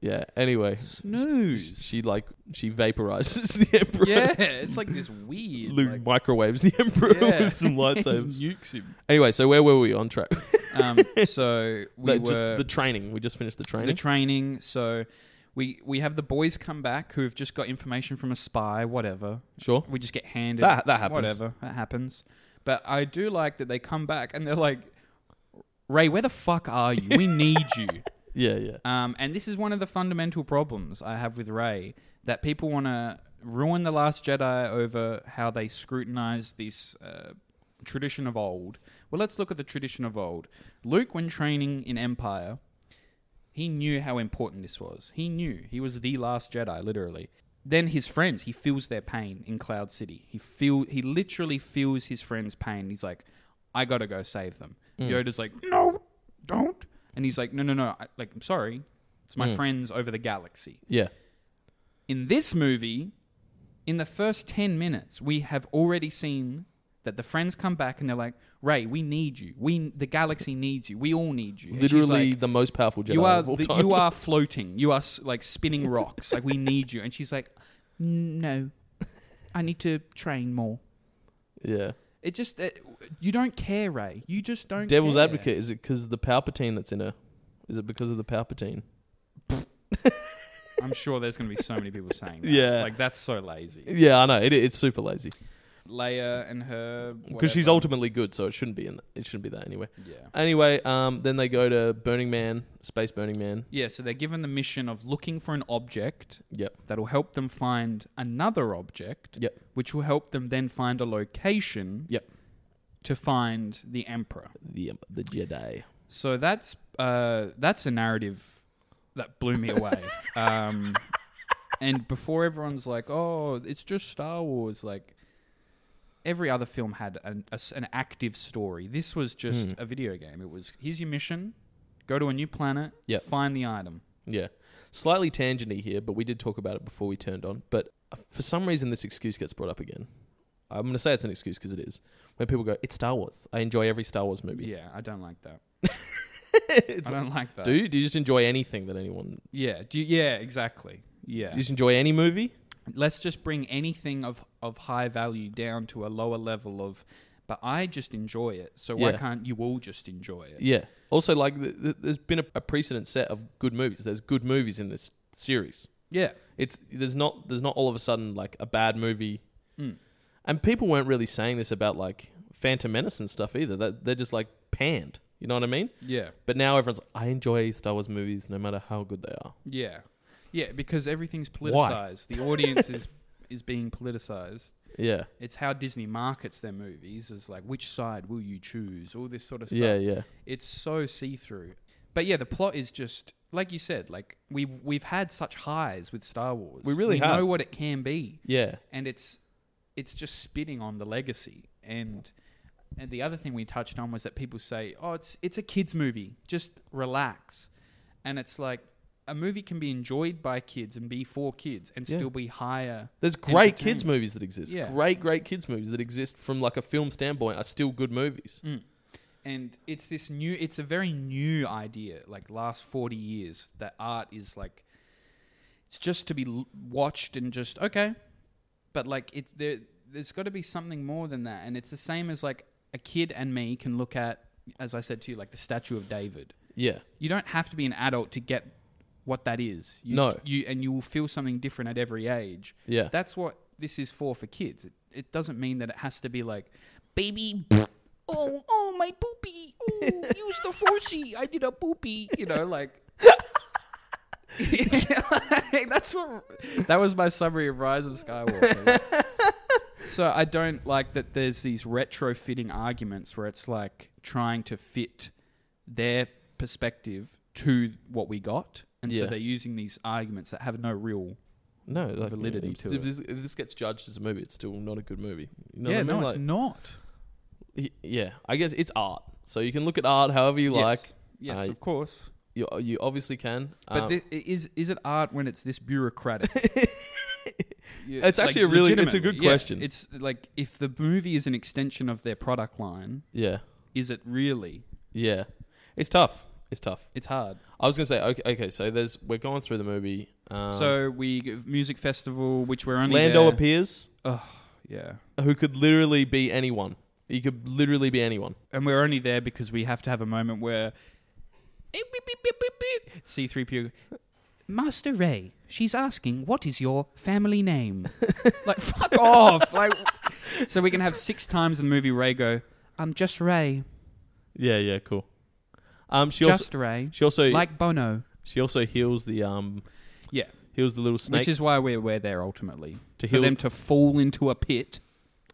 yeah. Anyway, Snooze. she like she vaporizes the emperor. yeah, it's like this weird. Luke like, microwaves the emperor Yeah. with some lightsabers. nukes him. anyway, so where were we on track? Um, so we Like, just were the training. We just finished the training. the training. So we we have the boys come back who have just got information from a spy. Whatever. sure. We just get handed That- that happens. Whatever that happens. But I do like that they come back and they're like, "Ray, where the fuck are you? We need you." Yeah, yeah. Um, and this is one of the fundamental problems I have with Ray that people want to ruin the Last Jedi over how they scrutinize this uh, tradition of old. Well, let's look at the tradition of old. Luke, when training in Empire, he knew how important this was. He knew he was the Last Jedi, literally. Then his friends, he feels their pain in Cloud City. He feel he literally feels his friends' pain. He's like, I gotta go save them. Yoda's like, No, don't. And he's like, No, no, no. I, like, I'm sorry. It's my friends over the galaxy. Yeah. In this movie, in the first 10 minutes, we have already seen that the friends come back and they're like, Ray, we need you. We the galaxy needs you. We all need you. And she's Literally like, the most powerful Jedi you are of all the- time. you are floating. You are s- like spinning rocks. Like we need you. And she's like, no, I need to train more. yeah. It just it, you don't care, Ray. You just don't. Devil's care. advocate. Is it because of the Palpatine that's in her? Is it because of the Palpatine? I'm sure there's going to be so many people saying that. Yeah. like that's so lazy. Yeah, I know. It, it's super lazy Leia and her because she's whatever. ultimately good, so it shouldn't be in. The, it shouldn't be that anyway. Yeah. Anyway, um, then they go to Burning Man, Space Burning Man. Yeah, so they're given the mission of looking for an object Yep. that'll help them find another object, Yep. which will help them then find a location Yep. to find the Emperor. The um, the Jedi. So that's uh, that's a narrative that blew me away. um, and before everyone's like, "Oh, it's just Star Wars," like every other film had an, a s an active story. This was just Hmm. a video game. It was here's your mission: go to a new planet, Yep. find the item. Yeah. Slightly tangenty here, but we did talk about it before we turned on. But uh, for some reason, this excuse gets brought up again. I'm going to say it's an excuse because it is. When people go, it's Star Wars. I enjoy every Star Wars movie. Yeah, I don't like that. it's I don't like that. Do you, do you just enjoy anything that anyone? Yeah, do you, yeah, exactly. Yeah. Do you just enjoy any movie? let's just bring anything of of high value down to a lower level of but i just enjoy it so why Yeah. can't you all just enjoy it Yeah. Also, like, th- th- there's been a, a precedent set of good movies. There's good movies in this series. yeah It's there's not there's not all of a sudden like a bad movie. Mm. And people weren't really saying this about like Phantom Menace and stuff either. That they're just like panned. You know what I mean? yeah But now everyone's like, I enjoy Star Wars movies no matter how good they are. yeah yeah because everything's politicized the audience is is being politicized Yeah. it's how disney markets their movies is like which side will you choose all this sort of stuff Yeah, yeah. it's so see-through but yeah the plot is just like you said like we we've had such highs with star wars We really we have. know what it can be Yeah. and it's it's just spitting on the legacy and and the other thing we touched on was that people say oh it's it's a kids movie just relax and it's like a movie can be enjoyed by kids and be for kids and Yeah. still be higher There's great kids movies that exist. Yeah. Great, great kids movies that exist from like a film standpoint are still good movies. and it's this new it's a very new idea like last 40 years that art is like it's just to be l- watched and just okay but like it there there's got to be something more than that and it's the same as like a kid and me can look at as i said to you like the statue of david Yeah. you don't have to be an adult to get what that is you, No. you and you will feel something different at every age Yeah. that's what this is for for kids it, it doesn't mean that it has to be like Baby. Oh, oh, my poopy. Ooh, use the forcey. I did a poopy. you know, like. Like, that's what that was my summary of Rise of Skywalker. so I don't like that there's these retrofitting arguments where it's like trying to fit their perspective to what we got, and so Yeah. they're using these arguments that have no real. No, like, validity if, to if it. This, if this gets judged as a movie, it's still not a good movie. You know yeah, what I no, mean? it's not. like, y- yeah. I guess it's art, so you can look at art however you like. yes, I- of course. You you obviously can, But um, thi- is is it art when it's this bureaucratic? You- It's like, actually a really it's a legitimately. good Yeah, question. It's like if the movie is an extension of their product line, yeah, is it really? yeah. It's tough. It's tough. It's hard. I was gonna say okay. okay so there's we're going through the movie. Um, so we give music festival, which we're only Lando there- appears, yeah, who could literally be anyone. He could literally be anyone. and we're only there because we have to have a moment where C three PO. Master Ray, she's asking, "What is your family name?" like, fuck off! Like, so we can have six times in the movie. Ray go, "I'm just Ray, Yeah, yeah, cool. Um, she also just Ray, she also like Bono." she also heals the um Yeah. heals the little snake Which is why we're we're there ultimately to for heal them to fall into a pit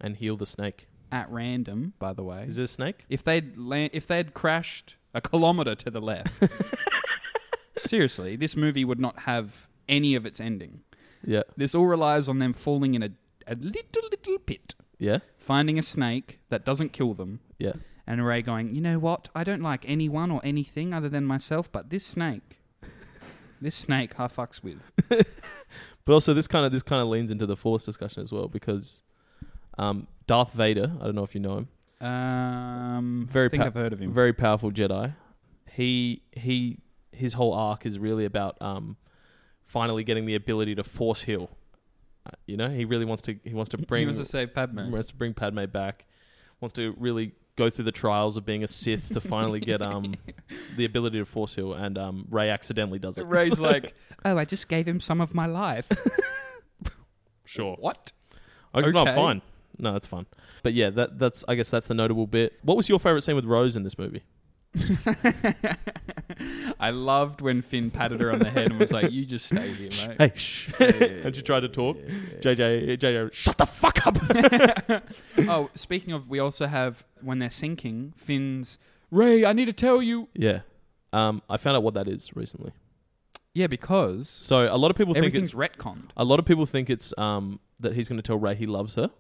and heal the snake. at random. By the way, Is it a snake? if they'd land, if they'd crashed a kilometer to the left, seriously, this movie would not have any of its ending. Yeah, This all relies on them falling in a a little little pit, yeah, finding a snake that doesn't kill them, yeah. and Ray going, you know what? I don't like anyone or anything other than myself, but this snake. This snake I fucks with. But also this kind of this kind of leans into the force discussion as well because um, Darth Vader. I don't know if you know him. Um, Very I think pa- I've heard of him. Very powerful Jedi. He he his whole arc is really about um, finally getting the ability to force heal. Uh, you know, he really wants to he wants to bring he was to save Padme. wants to bring Padme back. Wants to really go through the trials of being a Sith to finally get um the ability to force heal and um Ray accidentally does it. Ray's like, oh, I just gave him some of my life. sure. what? Okay. No, Okay. fine. No, that's fine. But yeah, that that's I guess that's the notable bit. What was your favorite scene with Rose in this movie? I loved when Finn patted her on the head and was like, you just stay here, mate. Hey, shh. and she tried to talk. JJ, JJ, shut the fuck up. oh, speaking of, we also have, when they're sinking, Finn's, Ray, I need to tell you. yeah. Um, I found out what that is recently. Yeah, because So a lot of people think everything's it's retconned. a lot of people think it's um that he's going to tell Ray he loves her,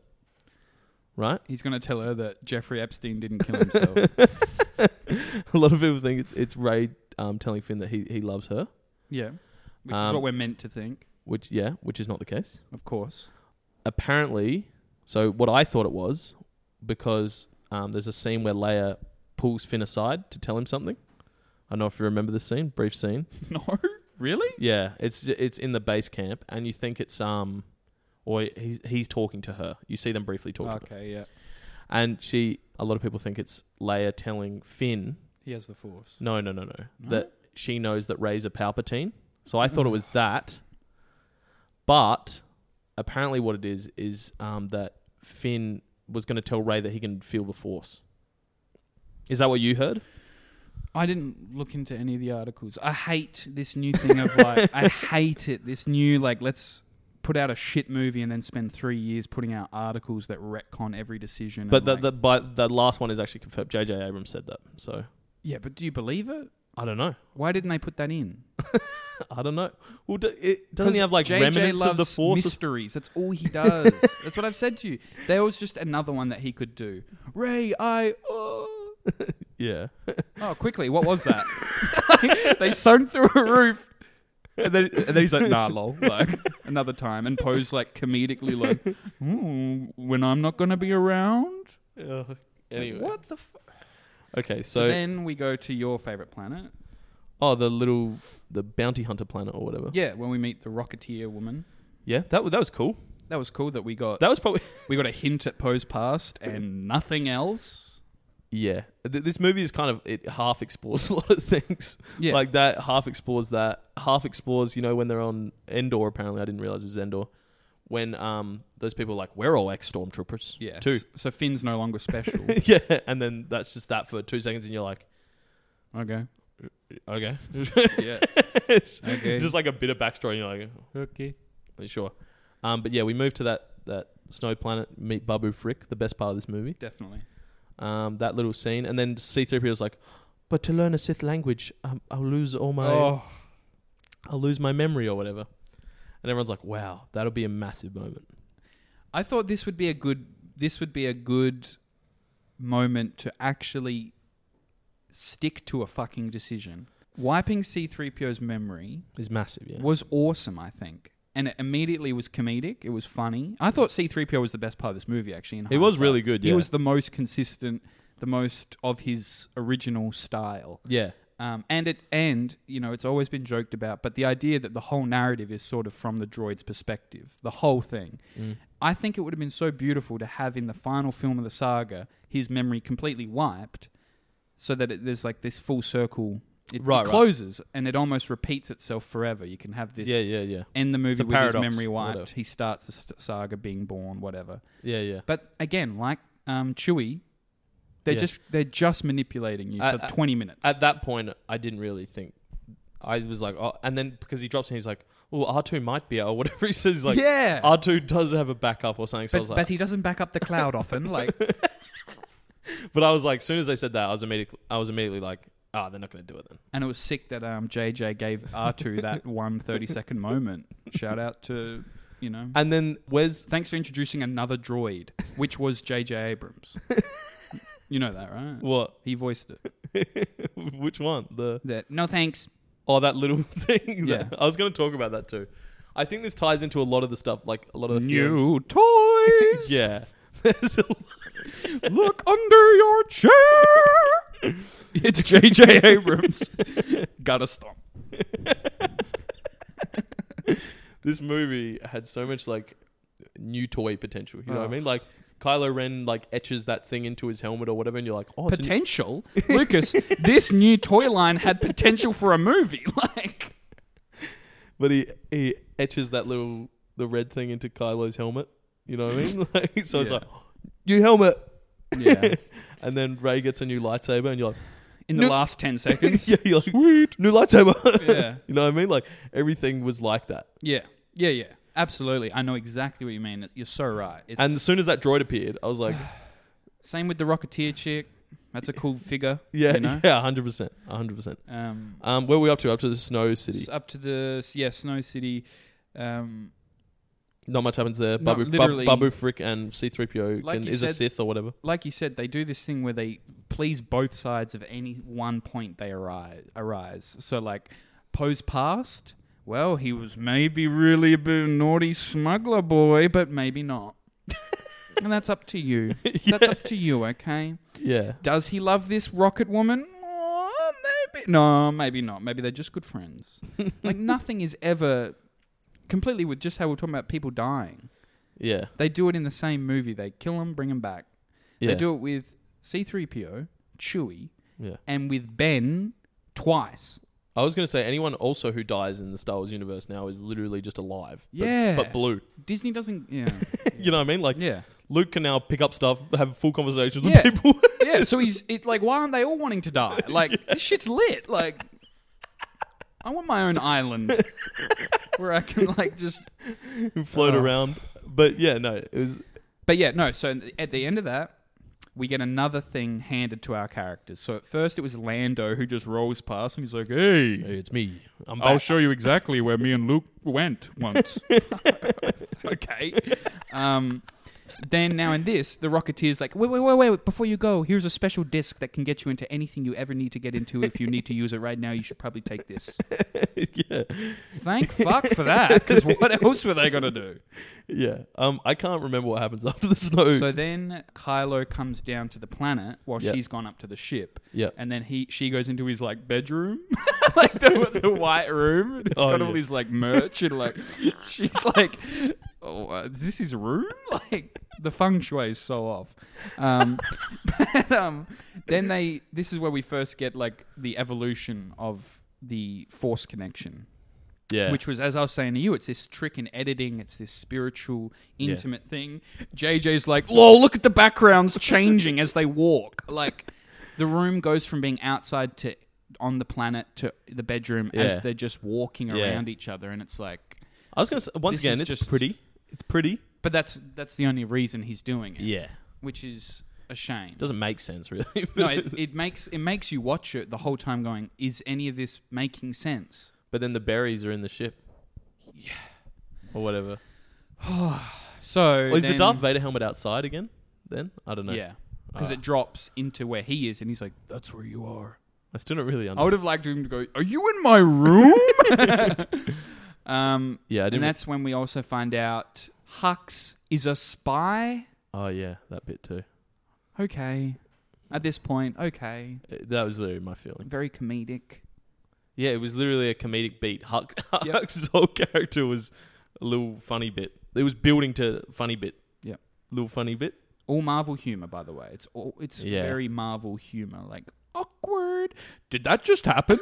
right? He's going to tell her that Jeffrey Epstein didn't kill himself. a lot of people think it's it's Ray um, telling Finn that he, he loves her, yeah. Which is Um, what we're meant to think, which yeah, which is not the case. of course. Apparently, so what I thought it was because um, there's a scene where Leia pulls Finn aside to tell him something. I don't know if you remember this scene, brief scene. no? Really? Yeah, it's it's in the base camp, and you think it's um, or he's he's talking to her. You see them briefly talking, Ah, Okay, yeah. and she. A lot of people think it's Leia telling Finn He has the force. No, no, no, no. No? Mm. That she knows that Ray's a Palpatine. So I thought it was that. But apparently, what it is is um, that Finn was going to tell Ray that he can feel the Force. Is that what you heard? I didn't look into any of the articles. I hate this new thing of like I hate it. This new like let's put out a shit movie and then spend three years putting out articles that retcon every decision. But and, the, like- the but the last one is actually confirmed. J.J. Abrams said that. So yeah, but do you believe it? I don't know. Why didn't they put that in? I don't know. Well, do, it doesn't he have like JJ remnants loves of the Force? mysteries. That's all he does. That's what I've said to you. There was just another one that he could do. Ray, I oh, yeah. oh quickly, what was that? they sewn through a roof. And then, and then he's like, nah, lol. Like, another time. And Poe's like, comedically, like, "Ooh, when I'm not going to be around? Ugh. anyway. What the fuck? Okay. So So then we go to your favorite planet. oh, the little the bounty hunter planet or whatever. Yeah, when we meet the Rocketeer woman. Yeah. That wa- that was cool. That was cool that we got That was probably we got a hint at Poe's past and nothing else. Yeah, Th- this movie is kind of it half explores a lot of things. Yeah. like that half explores that half explores. You know when they're on Endor. Apparently, I didn't realize it was Endor. When um those people are like we're all ex stormtroopers. Yeah. too. s- So Finn's no longer special. yeah, and then that's just that for two seconds, and you're like, okay. okay, Yeah. It's Okay. just like a bit of backstory. And you're like, okay. "Oh, sure. Um, but yeah, we move to that that snow planet. Meet Babu Frick, the best part of this movie. Definitely. um, that little scene, and then C three PO was like, "But to learn a Sith language, um, I'll lose all my, oh, I'll lose my memory or whatever." And everyone's like, "Wow, that'll be a massive moment." I thought this would be a good this would be a good moment to actually stick to a fucking decision. Wiping C3PO's memory It's massive, yeah. was awesome, I think. and it immediately was comedic. It was funny. I thought C3PO was the best part of this movie, actually. In He was hindsight. really good, He yeah. was the most consistent, the most of his original style. Yeah. Um, and it and you know it's always been joked about, but the idea that the whole narrative is sort of from the droid's perspective, the whole thing. Mm. I think it would have been so beautiful to have in the final film of the saga his memory completely wiped, so that it, there's like this full circle. It, it Right, right. closes and it almost repeats itself forever. You can have this Yeah, yeah, yeah. end the movie a with his paradox, memory or wiped. whatever. He starts a st- saga being born, whatever. Yeah, yeah. But again, like um, Chewie, they're Yeah. just they're just manipulating you At- for at- twenty minutes. At that point, I didn't really think. I was like, oh, and then because he drops in, he's like, oh, R2 might be out, or whatever he says. He's like, yeah, R2 does have a backup or something. So I but, was like, but he doesn't back up the cloud often. Like But I was like, as soon as they said that, I was immediately, I was immediately like, ah, they're not going to do it then. And it was sick that um, JJ gave R2 that one 30 second moment. Shout out to, you know. And then where's Thanks for introducing another droid, which was JJ Abrams. you know that, right? what? He voiced it. Which one? The That, no thanks. oh, that little thing. Yeah. that- I was going to talk about that too. I think this ties into a lot of the stuff, like a lot of the themes. New toys. Yeah. There's a Look under your chair. It's JJ Abrams. Gotta stop. this movie had so much like new toy potential. You know what Oh. I mean? Like Kylo Ren like etches that thing into his helmet or whatever, and you're like, oh, it's a new- Potential. Lucas, this new toy line had potential for a movie. Like. but he he etches that little the red thing into Kylo's helmet. You know what I mean? Like, so it's Yeah. like new helmet, Yeah. and then Ray gets a new lightsaber, and you're In the No- last 10 like, seconds. yeah, you're like, sweet new lightsaber. Yeah. you know what I mean? Like everything was like that. Yeah, yeah, yeah. Absolutely, I know exactly what you mean. You're so right. It's And as soon as that droid appeared, I was like, same with the Rocketeer chick. That's a cool figure. yeah, you know. yeah, hundred percent, hundred percent. Um, Um, where are we up to? Up to the Snow City. it's up to the yeah Snow City. Um, Not much happens there. No, Babu, Bab- literally- Babu Frick and C-3PO Like can, you is a said- Sith or whatever. like you said, they do this thing where they please both sides of any one point they arise. arise. So like Poe's past. Well, he was maybe really a bit naughty smuggler boy, but maybe not. and that's up to you. That's up to you, okay? Yeah. Does he love this rocket woman? Oh, maybe. No, maybe not. Maybe they're just good friends. like nothing is ever completely with just how we're talking about people dying. Yeah. They do it in the same movie. They kill them, bring them back. Yeah. They do it with C3PO, Chewie, yeah. and with Ben twice. I was going to say anyone also who dies in the Star Wars universe now is literally just alive. but- Yeah. But, blue. Disney doesn't, yeah. You know what I mean? Like Yeah. Luke can now pick up stuff, have full conversations Yeah. with people. yeah, so he's it like why aren't they all wanting to die? Like this shit's lit. Like I want my own island where I can like just who float Oh. around. But yeah, no, it was But yeah, no. So at the end of that, we get another thing handed to our characters. So at first, it was Lando who just rolls past and he's like, "Hey, it's me. I'm I'll show you exactly where me and Luke went once." okay. Um, then now in this, the Rocketeer's like, "Wait, wait, wait, wait! Before you go, here's a special disc that can get you into anything you ever need to get into. If you need to use it right now, you should probably take this." yeah. Thank fuck for that, because what else were they gonna do? Yeah. Um I can't remember what happens after the snow. So then Kylo comes down to the planet while Yeah. she's gone up to the ship. Yeah. And then he she goes into his like bedroom, like the, the white room. and It's Oh, got yeah. all his like merch and like she's like, oh, uh, is this his room? Like the feng shui is so off. Um, but um, then they this is where we first get like the evolution of the force connection yeah. which was as I was saying to you, it's this trick in editing, it's this spiritual, intimate thing. JJ's like, lol, look at the backgrounds changing as they walk. Like the room goes from being outside to on the planet to the bedroom as Yeah. they're just walking Yeah. around each other and it's like I was going to say once This again is it's just- pretty. It's pretty. but that's that's the only reason he's doing it. Yeah. Which is a shame. Doesn't make sense really. but no, it, it makes it makes you watch it the whole time going, is any of this making sense? But then the berries are in the ship. Yeah. Or whatever. So Or is the then- Darth Vader helmet outside again? Then I don't know. Yeah. Because it drops into where he is, and he's like, "That's where you are." Oh, I still don't really I understand. would have liked him to go, Are you in my room? Um, Yeah, I and didn't- that's when we also find out Hux is a spy. Oh yeah, that bit too. Okay, at this point, okay, Uh, That was literally my feeling. very comedic. Yeah, it was literally a comedic beat. Huck, Yep. Huck's whole character was a little funny bit. It was building to funny bit. Yep. little funny bit. All Marvel humor, by the way. It's all it's Yeah. very Marvel humor, like awkward. Did that just happen?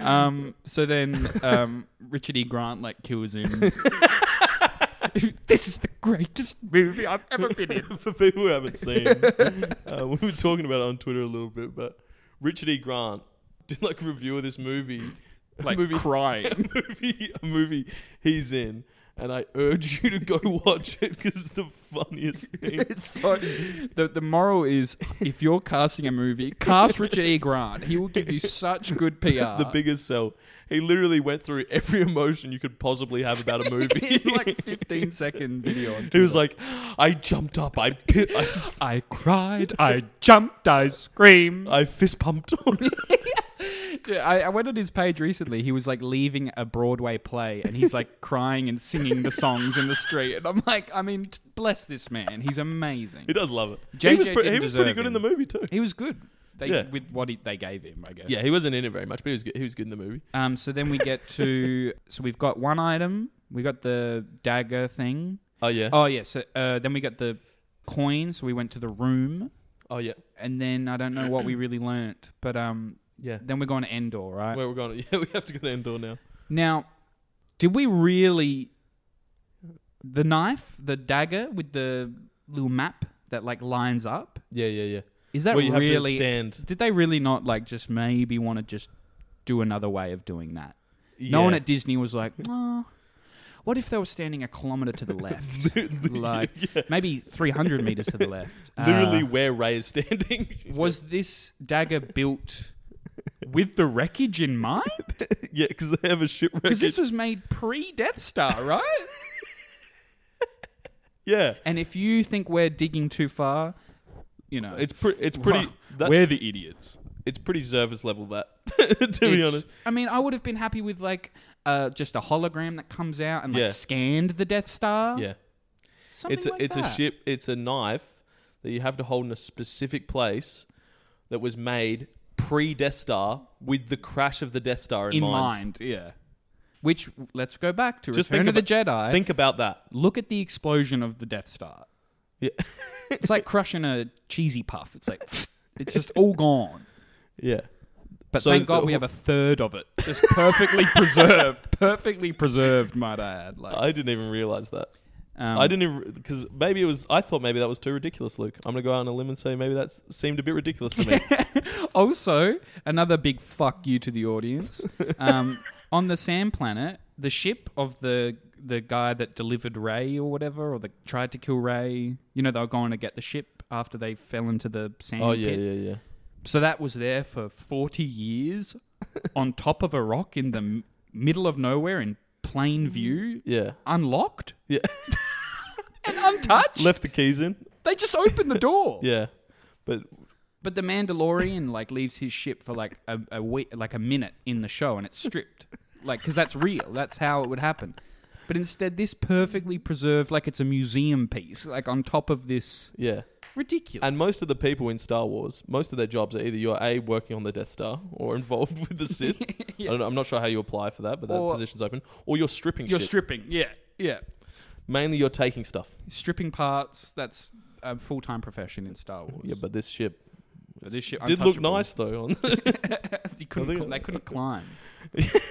um. So then, um, Richard E. Grant like kills him. this is the greatest movie I've ever been in. For people who haven't seen, uh, we were talking about it on Twitter a little bit, but Richard E. Grant did like a review of this movie, Like movie, crying. a movie, a movie he's in, and I urge you to go watch it because it's the funniest thing. so the, the moral is if you're casting a movie, cast Richard E. Grant. He will give you such good PR. the biggest sell. He literally went through every emotion you could possibly have about a movie. in like 15 second video on he was Twitter. like, I jumped up, I pi- I, I cried, I jumped, I screamed. I fist pumped on. Dude, I, I went on his page recently. He was like leaving a Broadway play and he's like crying and singing the songs in the street. And I'm like, I mean, t- bless this man. He's amazing. He does love it. he JJ was, pre- he didn't was pretty deserve good in him. the movie too. He was good. They, Yeah. With what he, they gave him, I guess. Yeah, he wasn't in it very much, but he was good. He was good in the movie. Um, so then we get to so we've got one item. We got the dagger thing. Oh yeah. Oh yeah. So uh, then we got the coin. So we went to the room, Oh yeah. and then I don't know what we really learnt, but um, Yeah. then we're going to Endor, right? Where we're going? Yeah, we have to go to Endor now. now, did we really the knife, the dagger with the little map that like lines up? Yeah, yeah, yeah. Is that well, you have to really? stand. Did they really not like just maybe want to just do another way of doing that? No Yeah. one at Disney was like, oh, what if they were standing a kilometer to the left? like, maybe 300 meters to the left. Uh, literally where Ray is standing. was this dagger built with the wreckage in mind? yeah, because they have a shipwreck. Because this was made pre Death Star, right? yeah, and if you think we're digging too far, you know. it's pretty. It's pretty. that- we're the idiots. it's pretty service level that. to be It's- honest, I mean, I would have been happy with like uh, just a hologram that comes out and like Yeah. scanned the Death Star. yeah. Something It's a, like it's a that. ship. It's a knife that you have to hold in a specific place that was made pre Death Star with the crash of the Death Star in, in mind. Yeah. Which let's go back to Just Return think of the Jedi. Think about that. look at the explosion of the Death Star. Yeah. It's like crushing a cheesy puff. It's like it's just all gone. yeah. But So thank God the- we have a third of it, just perfectly preserved, perfectly preserved, might I add. Like, I didn't even realize that. um, I didn't even because maybe it was. I thought maybe that was too ridiculous, Luke. I'm gonna go out on a limb and say maybe that seemed a bit ridiculous to me. Also, another big fuck you to the audience. Um, on the Sand Planet, the ship of the the guy that delivered Ray or whatever, or the tried to kill Ray. You know, they were going to get the ship after they fell into the sand oh yeah, pit. yeah, yeah. So that was there for forty years, on top of a rock in the m- middle of nowhere in plain view, Yeah. unlocked Yeah. and untouched. Left the keys in. They just opened the door. Yeah. But But the Mandalorian like leaves his ship for like a, a week, like a minute in the show, and it's stripped, like because that's real. That's how it would happen. But instead, this perfectly preserved, like it's a museum piece, like on top of this yeah. ridiculous. And most of the people in Star Wars, most of their jobs are either you're a working on the Death Star or involved with the Sith. I don't know, I'm not sure how you apply for that, but that Or- position's open. Or you're stripping You're shit. stripping, yeah, yeah, Mainly you're taking stuff. stripping parts. That's a full time profession in Star Wars. Yeah, but this ship But this ship did look untouchable. nice though. On You couldn't cl- they couldn't climb.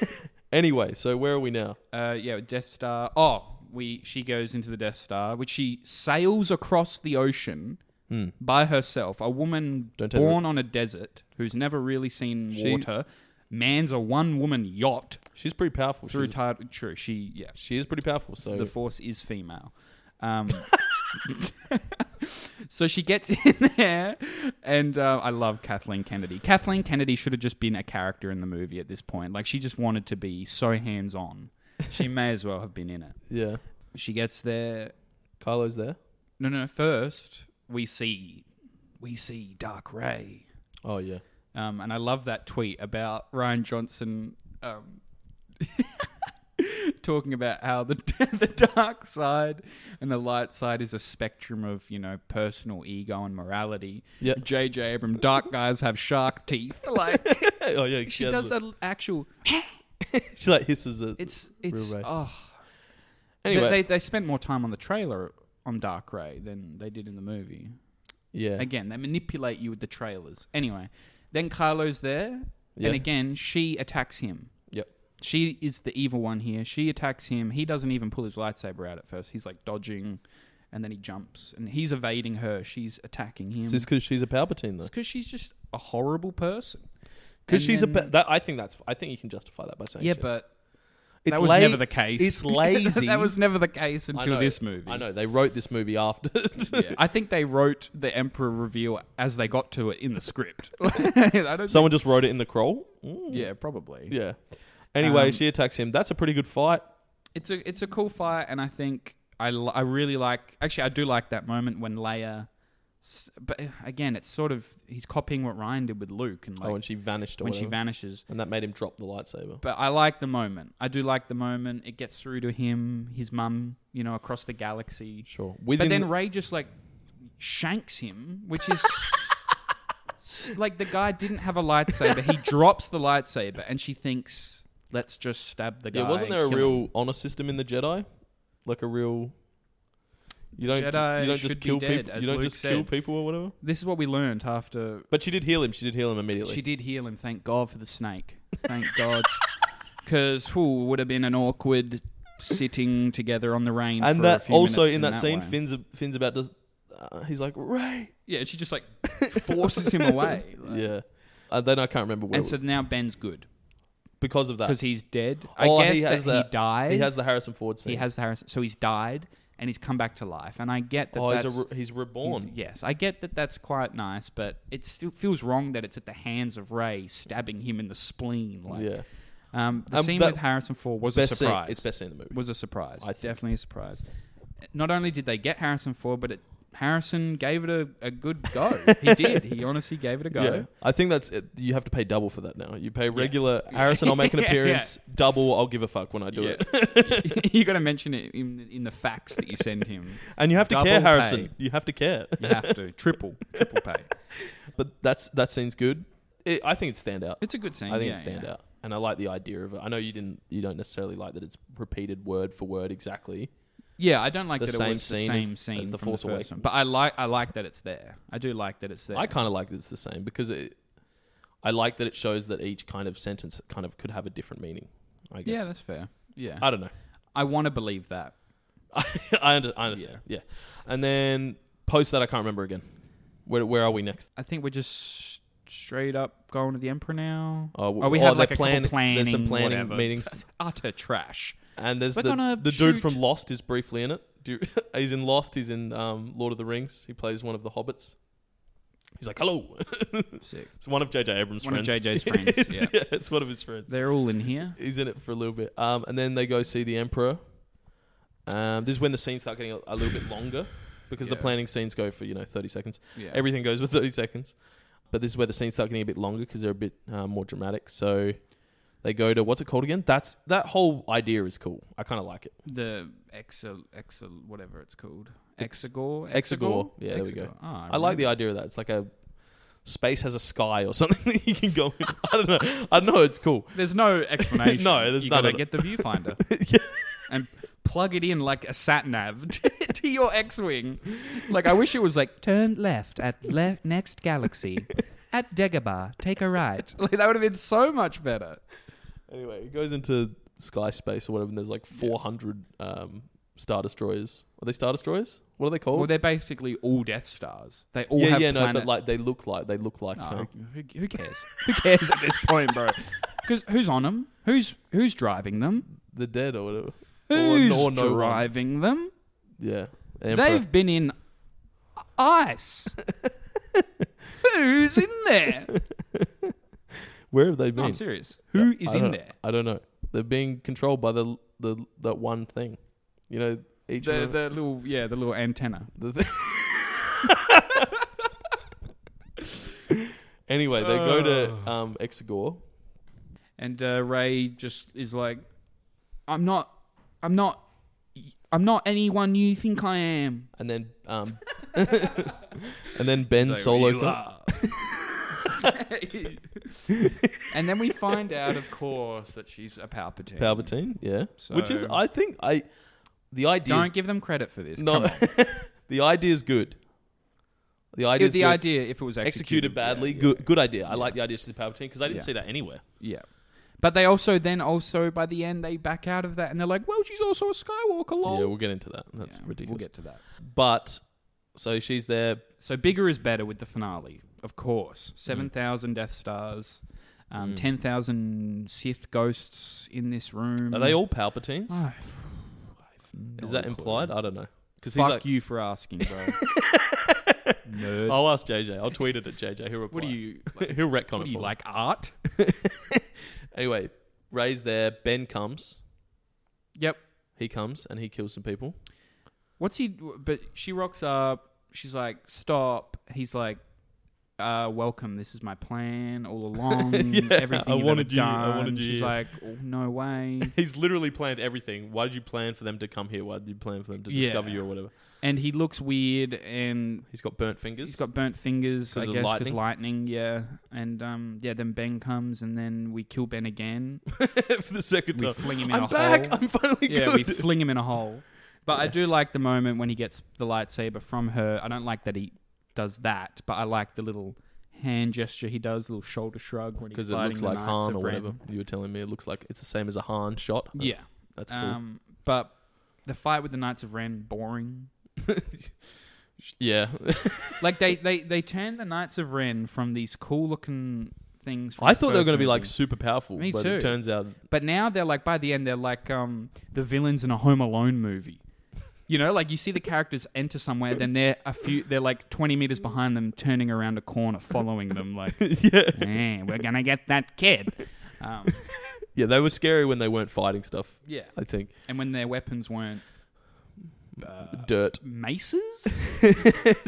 anyway, so where are we now? Uh, yeah, Death Star. Oh, we she goes into the Death Star, which she sails across the ocean by herself. A woman Hmm. Don't tell born on a desert who's never really seen She- water, mans a one-woman yacht She's pretty powerful. through She's, tide. True, she yeah, she is pretty powerful. So the Force is female. Um, so she gets in there, and uh, I love Kathleen Kennedy. Kathleen Kennedy should have just been a character in the movie at this point. Like she just wanted to be so hands-on. She may as well have been in it. yeah, She gets there. Kylo's there. No, no. First, we see, we see Dark Ray, Oh yeah. um, and I love that tweet about Ryan Johnson um, talking about how the the dark side and the light side is a spectrum of you know personal ego and morality. Yep. J.J. Abrams, dark guys have shark teeth. Like oh yeah, she does that. an actual. She like hisses it. It's it's Real Ray. oh. They- anyway, they, they spent more time on the trailer on Dark Ray than they did in the movie. yeah, Again, they manipulate you with the trailers. Anyway, then Carlo's there, Yeah. and again she attacks him. yep, She is the evil one here. She attacks him. He doesn't even pull his lightsaber out at first. He's like dodging, and then he jumps, and he's evading her. She's attacking him. Is this because she's a Palpatine though? because she's just a horrible person. And Because she's a. Pa- then- that I think that's. I think you can justify that by saying. yeah, shit. but it's that was la- never the case. It's lazy. that was never the case I until know, this movie. I know they wrote this movie after. yeah. I think they wrote the Emperor reveal as they got to it in the script. I don't Someone just wrote it in the crawl. think, yeah, probably. Yeah. Anyway, Um, she attacks him. That's a pretty good fight. It's a it's a cool fight, and I think I, li- I really like. Actually, I do like that moment when Leia. s- But uh, again, it's sort of he's copying what Ryan did with Luke, and like oh, when, and she vanished. Or she vanished, vanishes. and that made him drop the lightsaber. But I like the moment. I do like the moment. It gets through to him, his mum, you know, across the galaxy. Sure. Within but then the- Ray just like shanks him, which is like the guy didn't have a lightsaber. He drops the lightsaber, and she thinks, "Let's just stab the guy." yeah, wasn't there a and kill real him." honor system in the Jedi? Like a real. You don't. Jedi you don't should just be kill dead, people. as You don't Luke just kill said. people or whatever. This is what we learned after But she did heal him. She did heal him immediately. she did heal him. Thank God for the snake. Thank God, because who would have been an awkward sitting together on the rain. for and a that few also minutes in that, scene, way. Finn's Finn's about to. Uh, he's like Ray. yeah, she just like forces him away. like- Yeah. Uh, then I can't remember where. and so now Ben's good because of that, because he's dead. I uh, Oh, guess he has that that- he dies. he has the Harrison Ford scene. He has the Harrison. So he's died and he's come back to life. And I get that. oh, he's, that's, a, re- he's reborn. he's- yes, I get that. That's quite nice, but it still feels wrong that it's at the hands of Ray stabbing him in the spleen. Like, yeah. Um, the Um, scene that- with Harrison Ford was a Best scene. surprise. It's best scene in the movie. Was a surprise. I think. Definitely a surprise. Not only did they get Harrison Ford, but it, Harrison gave it a, a good go. he did. He honestly gave it a go. Yeah, I think that's it. you have to pay double for that now. You pay regular Harrison. I'll make an Yeah. appearance. Double. I'll give a fuck when I do it. it. you got to mention it in, in the facts that you send him. And you have to Double care, Harrison. pay. You have to care. You have to triple, triple pay. But that's that scene's good. It, I think it's standout. It's a good scene. I think yeah, it's standout, yeah. and I like the idea of it. I know you didn't. You don't necessarily like that it's repeated word for word exactly. Yeah, I don't like The that same it was scene the as- same scene as The from Force the first Awakens. one, but I like I like that it's there. I do like that it's there. I kind of like that it's the same because it. I like that it shows that each kind of sentence kind of could have a different meaning. I guess. yeah, that's fair. Yeah, I don't know. I want to believe that. I, I, under, I understand. Yeah. And then post that I can't remember again. Where where are we next? I think we're just straight up going to the Emperor now. Oh, w- oh we oh, have they're like a planning- couple planning, there's some planning whatever. meetings. Utter trash. And there's We're the, gonna the dude shoot- from Lost is briefly in it. Do you, he's in Lost. He's in um, Lord of the Rings. He plays one of the hobbits. He's like, hello. Sick. it's one of J.J. Abrams' One of friends. JJ's friends, it's, yeah. it's one of his friends. They're all in here. he's in it for a little bit. Um, and then they go see the Emperor. Um, this is when the scenes start getting a, a little bit longer because the Yeah. planning scenes go for, you know, 30 seconds. Yeah. Everything goes with 30 seconds. But this is where the scenes start getting a bit longer because they're a bit uh, more dramatic. So they go to what's it called again? That's that whole idea is cool. I kind of like it. the exel exel whatever it's called Ex- exegor Exegor. Yeah, there we go. Exegor. Ah, I like the really- idea of that. It's like a space has a sky or something that you can go in. I don't know. I know it's cool. There's no explanation. No, there's you none gotta of it. get the viewfinder and plug it in like a sat nav to, to your X-wing. Like I wish it was like turn left at left next galaxy at Dagobah, take a right. Like that would have been so much better. Anyway, it goes into sky space or whatever, and there's like 400 um, star destroyers. Are they star destroyers? What are they called? Well, they're basically all Death Stars. They all yeah, have yeah, no, planet. but like they look like they look like. No, uh, who, who cares? who cares at this point, bro? Because who's on them? Who's who's driving them? the dead or whatever. Who's or, or no one. driving them? Yeah. Emperor. They've been in ice. Who's in there? Where have they been? No, I'm serious. Who is I in don't- there? I don't know. They're being controlled by the the that one thing. You know, each The of them- the little yeah the little antenna. the thi- Anyway, they go to um, Exegor, and uh, Ray just is like, "I'm not, I'm not, I'm not anyone you think I am." And then, um, and then Ben Like, Solo. "You are." and then we find out, of course, that she's a Palpatine. Palpatine, yeah. Which is, So- I think, I the idea. Don't give them credit for this. No, Come on. the idea is good. The It idea was is the good. idea if it was executed, executed, badly. yeah, Good, good idea. I like the idea she's a Palpatine because I didn't Yeah. see that anywhere. Yeah. But they also then also by the end they back out of that and they're like, well, she's also a Skywalker. Lol. Yeah, we'll get into that. That's Yeah, ridiculous. We'll get to that. But so she's there. So bigger is better with the finale, of course. Seven thousand Death Stars, um, Mm. ten thousand Sith ghosts in this room. Are they all Palpatines? Oh, I've is no that clue. implied? I don't know. Because he's Fuck like, Oh, you for asking, bro. Nerd. I'll ask JJ. I'll tweet it at JJ. He'll reply. what do you? Like, He'll retcon what it do you for me. like? Art. Anyway, Ray's there. Ben comes. Yep. He comes and he kills some people. What's he? But she rocks up. She's like, "Stop." He's like, uh, "Welcome. This is my plan all along. Yeah, Everything I you've wanted ever you- I done." wanted you She's here. like, oh, "No way." He's literally planned everything. Why did you plan for them to come here? Why did you plan for them to Yeah. discover you or whatever? and he looks weird, and He's got burnt fingers. he's got burnt fingers, 'Cause I of guess, because lightning? lightning. Yeah, and um, yeah. Then Ben comes, and then we kill Ben again. for the second We time. fling him in I'm a back. hole. I'm finally yeah, good. we fling him in a hole. But I Yeah. do like the moment when he gets the lightsaber from her. I don't like that he does that, but I like the little hand gesture he does, little shoulder shrug when he's because it fighting looks the like Knights Han of or Ren. whatever you were telling me. It looks like it's the same as a Han shot. Yeah, that's cool. um, but the fight with the Knights of Ren boring. yeah, Like they they they turned the Knights of Ren from these cool looking things. From I the thought they were first going to be like movie. super powerful, Me but too. it turns out But now they're like, by the end, they're like um, the villains in a Home Alone movie. You know, like you see the characters enter somewhere, then they're a few, they're like twenty meters behind them, turning around a corner, following them. Like, yeah, eh, we're gonna get that kid. Um, yeah, they were scary when they weren't fighting stuff. yeah, I think and when their weapons weren't uh, dirt, maces.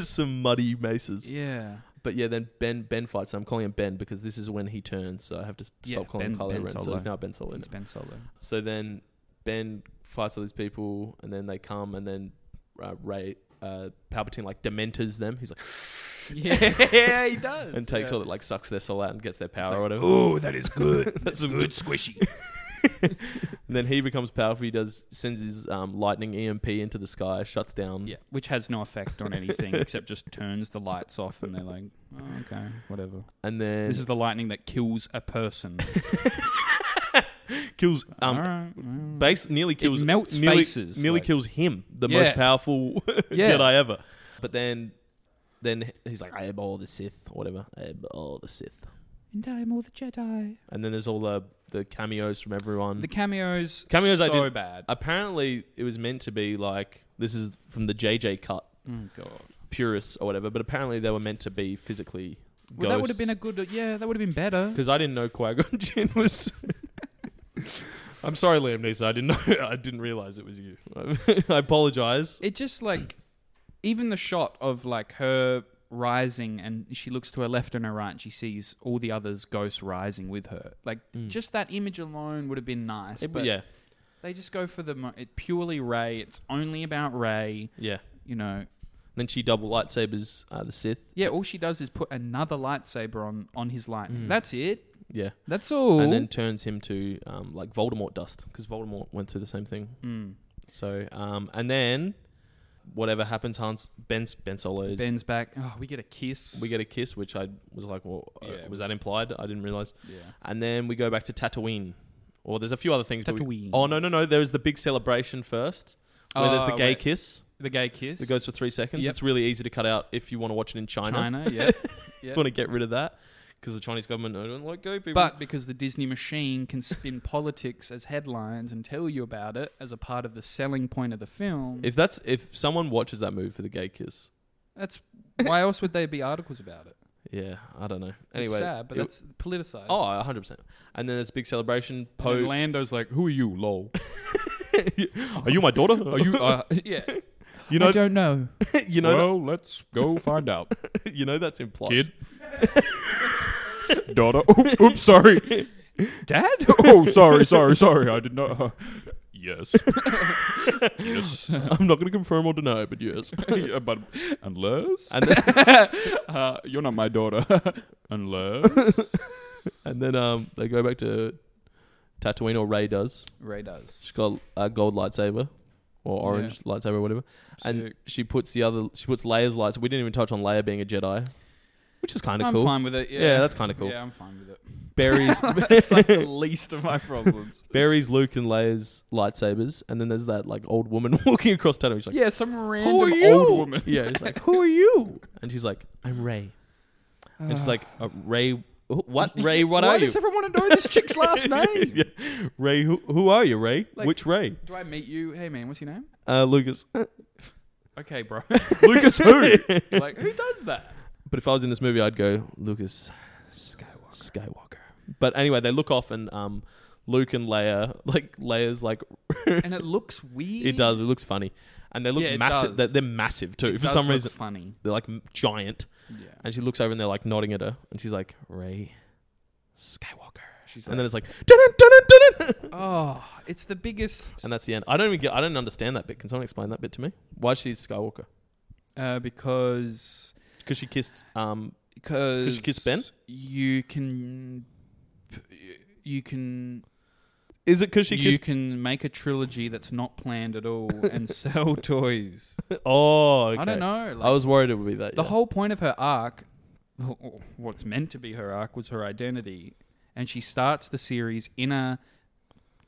some muddy maces. Yeah, But yeah, then Ben Ben fights. I'm calling him Ben because this is when he turns. So I have to s- Yeah, stop calling him Ben- Kylo Ben Ren. So Solo. it's now Ben Solo. it's Ben Solo. So then Ben fights all these people, and then they come, and then uh, Ray uh, Palpatine like dementors them. He's like. Yeah, he does. and takes yeah. all that like sucks their soul out and gets their power or whatever. Oh, that is good. That's some good squishy. And then he becomes powerful. He does sends his um, lightning EMP into the sky, shuts down. Yeah, which has no effect on anything except just turns the lights off, and they're like, oh, okay, whatever. And then This is the lightning that kills a person. kills um All right, well. base nearly kills melts nearly, faces, Nearly like- kills him, the Yeah. most powerful Yeah. Jedi ever. But then then he's like, I am all the Sith or whatever. I am all the Sith. And I'm all the Jedi. And then there's all the the cameos from everyone. The cameos, Mm. Cameos I so did- bad. Apparently it was meant to be like this is from the JJ cut oh god. purists or whatever, but apparently they were meant to be physically ghosts. Well, that would have been a good. Yeah, that would have been better. because I didn't know Qui Gon Jinn was. I'm sorry, Liam Neeson. I didn't know. I didn't realize it was you. I apologize. It just like, even the shot of like her rising, and she looks to her left and her right, and she sees all the others ghosts rising with her. Like, Mm. just that image alone would have been nice. It- but yeah, They just go for the mo- it purely Ray. It's only about Ray. yeah. You know. Then she double lightsabers uh, the Sith. Yeah, all she does is put another lightsaber on on his lightning. Mm. That's it. Yeah, That's all. and then turns him to um, like Voldemort dust because Voldemort went through the same thing. Mm. So, um, and then whatever happens, Hans Ben Ben Solo is. Ben's back. Oh, we get a kiss. we get a kiss, which I was like, "Well, uh, Yeah. was that implied?" I didn't realize. yeah. And then we go back to Tatooine. Or there's a few other things. but we- Tatooine. oh no no no! There's the big celebration first. Where there's the Oh, gay wait. kiss the gay kiss. that goes for three seconds. Yep. It's really easy to cut out if you want to watch it in China. China. yeah. If yeah. you want to get rid of that because the Chinese government don't like gay people. But because the Disney machine can spin politics as headlines and tell you about it as a part of the selling point of the film, if that's if someone watches that movie for the gay kiss, that's why else would there be articles about it? yeah, I don't know. It's Anyway, sad, but it- that's politicized. oh, 100 percent. And then there's a big celebration. And then Poe, Lando's like, "Who are you, lol? are you my daughter? Are you? Uh, yeah, you know? don't know. You know? well, let's go find out. that- you know that's implied. Kid. Daughter. Oop, oops, sorry. Dad? oh, sorry, sorry, sorry. I did not. uh, yes. yes. I'm not going to confirm or deny, but yes. Yeah, but unless And then, uh, you're not my daughter, unless and then um, they go back to Tatooine, or Ray does. Ray She's does. got a gold lightsaber or orange lightsaber, or whatever. And Sick. she puts the other. She puts Leia's lightsaber. We didn't even touch on Leia being a Jedi, which is kind of I'm cool. fine with it. Yeah, Yeah, that's kinda cool. Yeah, I'm fine with it. Barry's That's like the least of my problems. Barry's Luke and Leia's lightsabers, and then there's that like old woman walking across Tatooine. She's like, Yeah, some random Who are old you? woman. yeah, she's like, who are you? And she's like, I'm Ray. And she's like, uh, Ray, wh- what? Ray, what Ah. Why are you? does everyone want to know this chick's last name? Yeah. Ray, who, who are you, Ray? Like- Which Ray? Do I meet you? Hey man, what's your name? Uh, Lucas. Okay, bro. Lucas who? like, who does that? But if I was in this movie, I'd go Lucas Skywalker. Skywalker. But anyway, they look off and um, Luke and Leia, like Leia's like, And it looks weird. it does. It looks funny, and they look Yeah, it massive. does. They're, they're massive too. It For does some look reason, funny. they're like m- giant. Yeah. And she looks over and they're like nodding at her, and she's like Ray Skywalker. She's and then like- it's like dun dun dun dun. Oh, it's the biggest. And that's the end. I don't even get. I don't understand that bit. Can someone explain that bit to me? Why is she Skywalker? uh, because Because she kissed um, because you kiss Ben? You can. You can Is it because she you kissed? can make a trilogy that's not planned at all and sell toys. oh, I okay. don't know. Like, I was worried it would be that. the yeah. whole point of her arc, what's meant to be her arc, was her identity, and she starts the series in a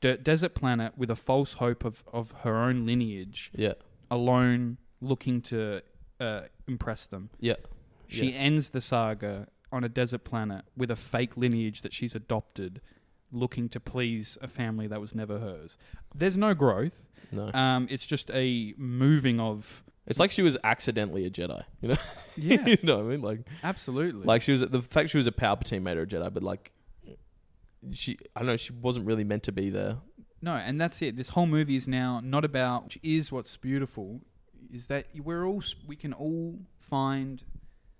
de- desert planet with a false hope of of her own lineage, Yeah, alone, looking to uh, impress them. yeah, She ends the saga on a desert planet with a fake lineage that she's adopted, looking to please a family that was never hers. There's no growth. no. Um, it's just a moving of. It's like she was accidentally a Jedi. You know, Yeah, you know what I mean? Like, absolutely. like she was the fact she was a Palpatine made her a Jedi, but like, she I don't know she wasn't really meant to be there. no, and that's it. This whole movie is now not about which is what's beautiful, is that we're all s- we can all find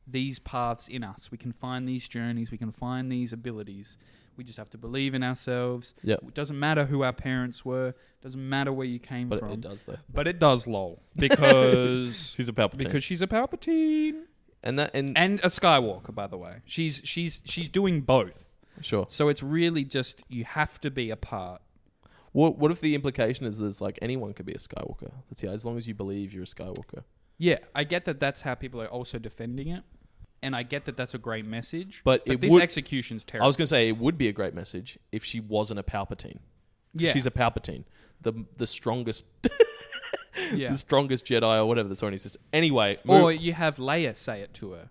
these paths in us. We can find these journeys. We can find these abilities. We just have to believe in ourselves. Yeah, It doesn't matter who our parents were. Doesn't matter where you came but it, from. it does though. But it does, lol, because She's a Palpatine, because she's a Palpatine and that and, and a Skywalker, by the way. She's she's she's doing both. sure. So it's really just you have to be a part. What what if the implication is there's like anyone could be a Skywalker? That's yeah, as long as you believe you're a Skywalker. Yeah, I get that. That's how people are also defending it, and I get that that's a great message. But but it this would- execution's I terrible. was gonna say it would be a great message if she wasn't a Palpatine. yeah, she's a Palpatine, the the strongest yeah. the strongest Jedi or whatever that's already exists. Anyway, move- Or you have Leia say it to her.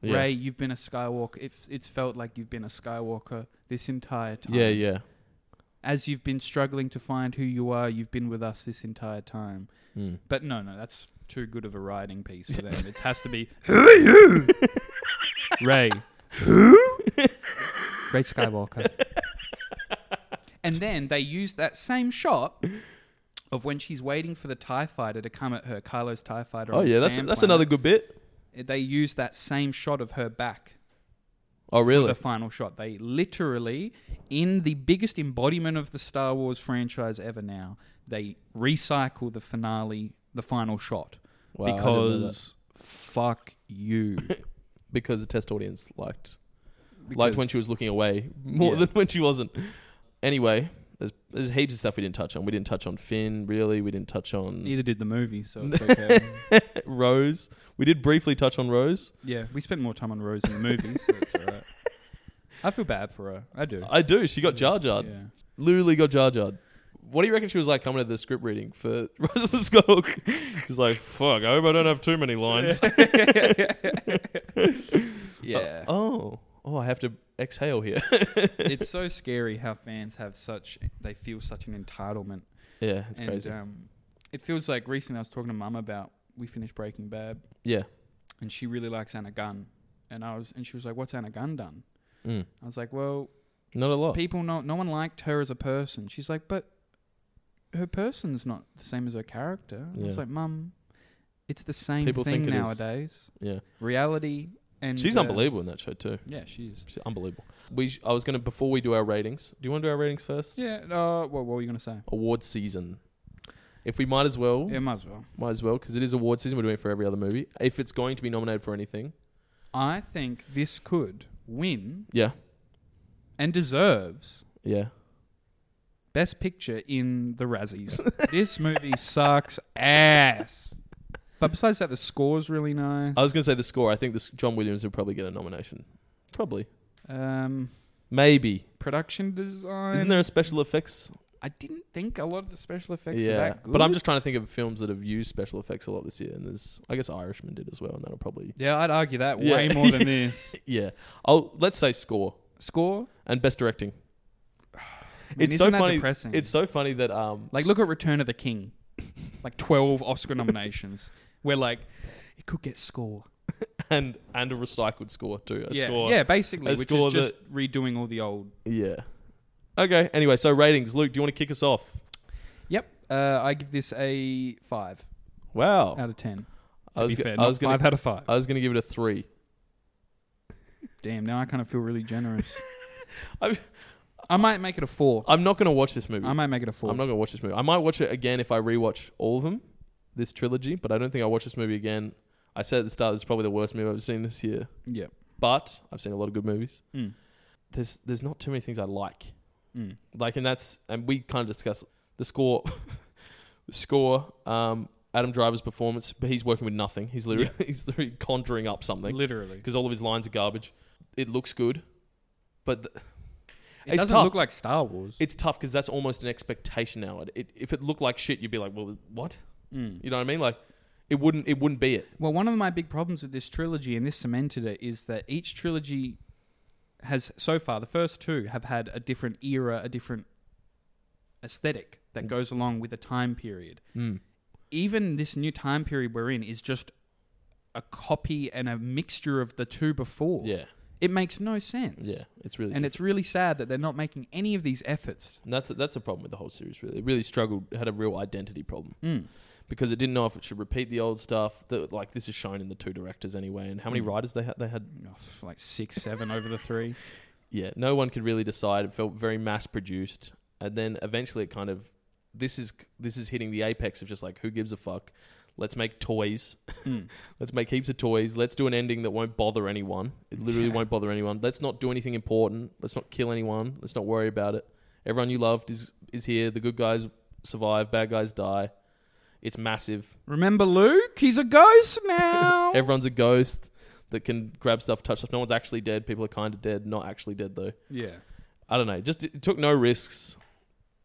Yeah. Ray, you've been a Skywalker. It's it's felt like you've been a Skywalker this entire time. yeah, yeah. As you've been struggling to find who you are, you've been with us this entire time. Mm. But no, no, that's too good of a writing piece for them. It has to be Ray. Ray Skywalker. and then they use that same shot of when she's waiting for the TIE fighter to come at her, Kylo's TIE fighter. Oh on the yeah, that's sand that's planet. another good bit. They use that same shot of her back Oh for really? the final shot. They literally, in the biggest embodiment of the Star Wars franchise ever now, they recycle the finale, the final shot. Wow, I didn't know that. because fuck you. because the test audience liked liked when Because- she was looking away more Yeah. than when she wasn't. Anyway, there's there's heaps of stuff we didn't touch on. We didn't touch on Finn really. We didn't touch on Neither did the movie, so it's okay. Rose. We did briefly touch on Rose. yeah, we spent more time on Rose in the movie, so it's all right. I feel bad for her. I do. I do. She got Jar Jar. Yeah. Literally got Jar Jar. What do you reckon she was like coming to the script reading for Rise of the Skywalker? She's like, "Fuck, I hope I don't have too many lines." yeah. Uh, oh, oh, I have to exhale here. it's so scary how fans have such, they feel such an entitlement yeah, it's and crazy. Um, it feels like recently I was talking to mum about we finished Breaking Bad, yeah. and she really likes Anna Gunn, and I was and she was like, "What's Anna Gunn done?" Mm. I was like, "Well, Not a lot. people no no one liked her as a person." She's like, "But her person's not the same as her character." I Yeah. was like, "Mum, it's the same People thing think it is. nowadays. Yeah. Reality And She's uh, unbelievable in that show too. Yeah, she is. She's unbelievable. We sh- I was gonna before we do our ratings. Do you want to do our ratings first? Yeah. Uh, what, what were you gonna say? Award season. If we might as well, Yeah, might as well. might as well, because it is award season. We're doing it for every other movie. If it's going to be nominated for anything, I think this could win yeah, and deserves yeah. best picture in the Razzies. this movie sucks ass. But besides that, the score's really nice. I was gonna say the score. I think this John Williams would probably get a nomination. Probably, um, maybe. production design. Isn't there a special effects? I didn't think a lot of the special effects were Yeah, that good. but I'm just trying to think of films that have used special effects a lot this year, and there's I guess Irishman did as well, and that'll probably Yeah, I'd argue that Yeah. way more than this. yeah. I'll let's say score Score? and best directing. I mean, it's isn't so that funny. depressing? It's so funny that um Like, look at Return of the King. Like 12 Oscar nominations. Where, like, it could get score. and and a recycled score too. A yeah. score. yeah, basically, a which score is just redoing all the old. Yeah. Okay. Anyway, so ratings. Luke, do you want to kick us off? Yep, uh, I give this a 5 Wow. out of 10. I Uh, To was be go- fair, I not was gonna- 5 out of 5. I was gonna give it a three. Damn, now I kind of feel really generous. I'm- I might make it a 4. I'm not gonna watch this movie. I might make it a 4. I'm not gonna watch this movie. I might watch it again if I rewatch all of them, this trilogy. But I don't think I'll watch this movie again. I said at the start, this is probably the worst movie I've seen this year. yeah. But I've seen a lot of good movies. Mm. There's there's not too many things I like. Mm. Like, and that's and we kind of discuss the score. the score. Um, Adam Driver's performance, but he's working with nothing. He's literally he's literally conjuring up something Literally. because all of his lines are garbage. It looks good, but th- It It's doesn't tough. look like Star Wars. it's tough because that's almost an expectation now. It, it, if it looked like shit, you'd be like, "Well, what?" Mm. You know what I mean? Like, it wouldn't it wouldn't be it. Well, one of my big problems with this trilogy, and this cemented it, is that each trilogy has so far the first two have had a different era, a different aesthetic Mm. that goes along with a time period. Even this new time period we're in is just a copy and a mixture of the two before. Yeah, It makes no sense. yeah, it's really And it's really sad that they're not making any of these efforts. And that's that's the problem with the whole series. Really, it really struggled, had a real identity problem Mm. because it didn't know if it should repeat the old stuff. That like this is shown in the two directors anyway, and how many Mm. writers they had. They had Oh, f- like six, seven over the three. yeah, no one could really decide. It felt very mass produced, and then eventually it kind of this is this is hitting the apex of just like who gives a fuck. Let's make toys. Mm. Let's make heaps of toys. Let's do an ending that won't bother anyone. It literally Yeah. won't bother anyone. Let's not do anything important. Let's not kill anyone. Let's not worry about it. Everyone you loved is is here. The good guys survive. Bad guys die. It's massive. Remember Luke? He's a ghost now. Everyone's a ghost that can grab stuff, touch stuff. No one's actually dead. People are kind of dead. Not actually dead though. yeah. I don't know. Just it took no risks.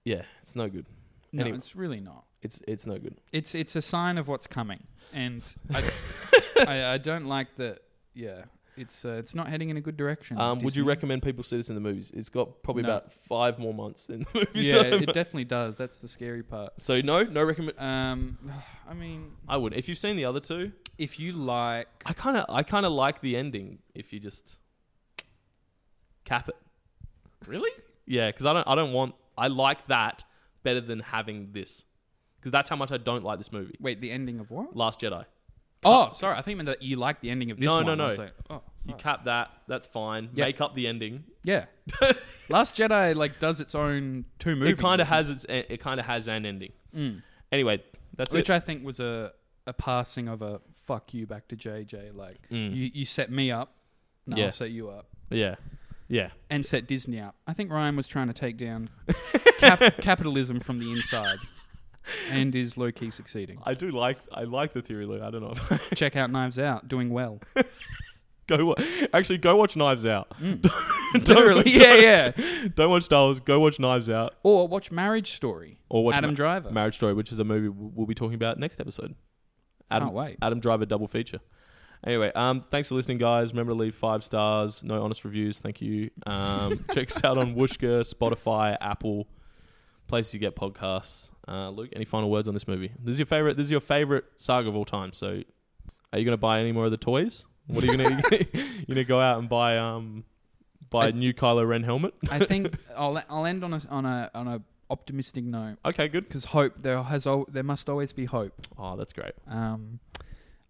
Yeah, it's no good. No, Anyway. it's really not. It's it's no good. It's it's a sign of what's coming, and I I, I don't like that. Yeah, it's uh, it's not heading in a good direction. Um, would you Disney. recommend people see this in the movies? It's got probably No. about five more months in the movie. Yeah, so, it definitely does. That's the scary part. so no, no recommend. Um, I mean, I wouldn't. If you've seen the other two, if you like, I kind of I kind of like the ending. If you just cap it, really, yeah, because I don't I don't want I like that better than having this because that's how much I don't like this movie. wait, the ending of what? Last Jedi, Oh, sorry, I think you meant that you like the ending of this No, one. no, no. I was like, oh, you fuck. cap that. That's fine. Yeah. Make up the ending. yeah. Last Jedi like does its own two movies. it kind of doesn't has its it kind of has an ending. Mm. Anyway, that's which it. I think was a a passing of a fuck you back to JJ. Like Mm. you, you set me up, now Yeah. I'll set you up, yeah, yeah. and set Disney up. I think Ryan was trying to take down cap- capitalism from the inside, and is low key succeeding. I do like I like the theory, Lou. I don't know. Check out Knives Out, doing well. go wa- actually go watch Knives Out. Mm. Don't- Literally, yeah, yeah. Don't, don't watch Star Wars. Go watch Knives Out Or watch Marriage Story. or watch Adam Ma- Driver. Marriage Story, which is a movie w- we'll be talking about next episode. Adam, Can't wait. Adam Driver double feature. Anyway, um, thanks for listening, guys. Remember to leave five stars, no honest reviews. Thank you. Um, check us out on Wooshka, Spotify, Apple, places you get podcasts. Uh, Luke, any final words on this movie? This is your favorite. This is your favorite saga of all time. So, are you going to buy any more of the toys? What are you going to? You going to go out and buy um, buy I- a new Kylo Ren helmet? I think I'll I'll end on a on a on a optimistic note Okay, good. because hope there has al- there must always be hope. Oh, that's great. Um,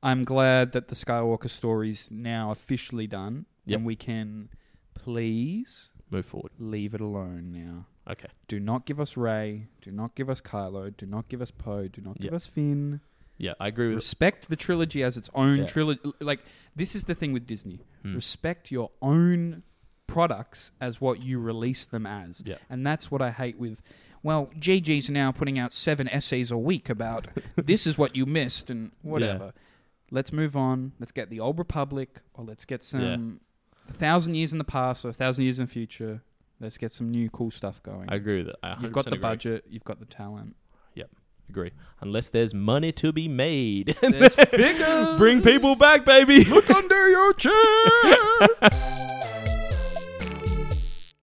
I'm glad that the Skywalker story's now officially done, Yep. and we can please Move forward. leave it alone now. Okay. Do not give us Ray. Do not give us Kylo. Do not give us Poe. Do not give Yep. us Finn. Yeah, I agree with. Respect the trilogy as its own Yeah. trilogy. Like this is the thing with Disney. Hmm. Respect your own products as what you release them as. Yeah. And that's what I hate with well, JJ's now putting out seven essays a week about this is what you missed and whatever. Let's move on. Let's get the old republic or let's get some a thousand years in the past or a thousand years in the future. Let's get some new cool stuff going. I agree with it. I 100% You've got the agree. budget, you've got the talent. Agree. Unless there's money to be made. There's figures. Bring people back, baby. Look under your chair.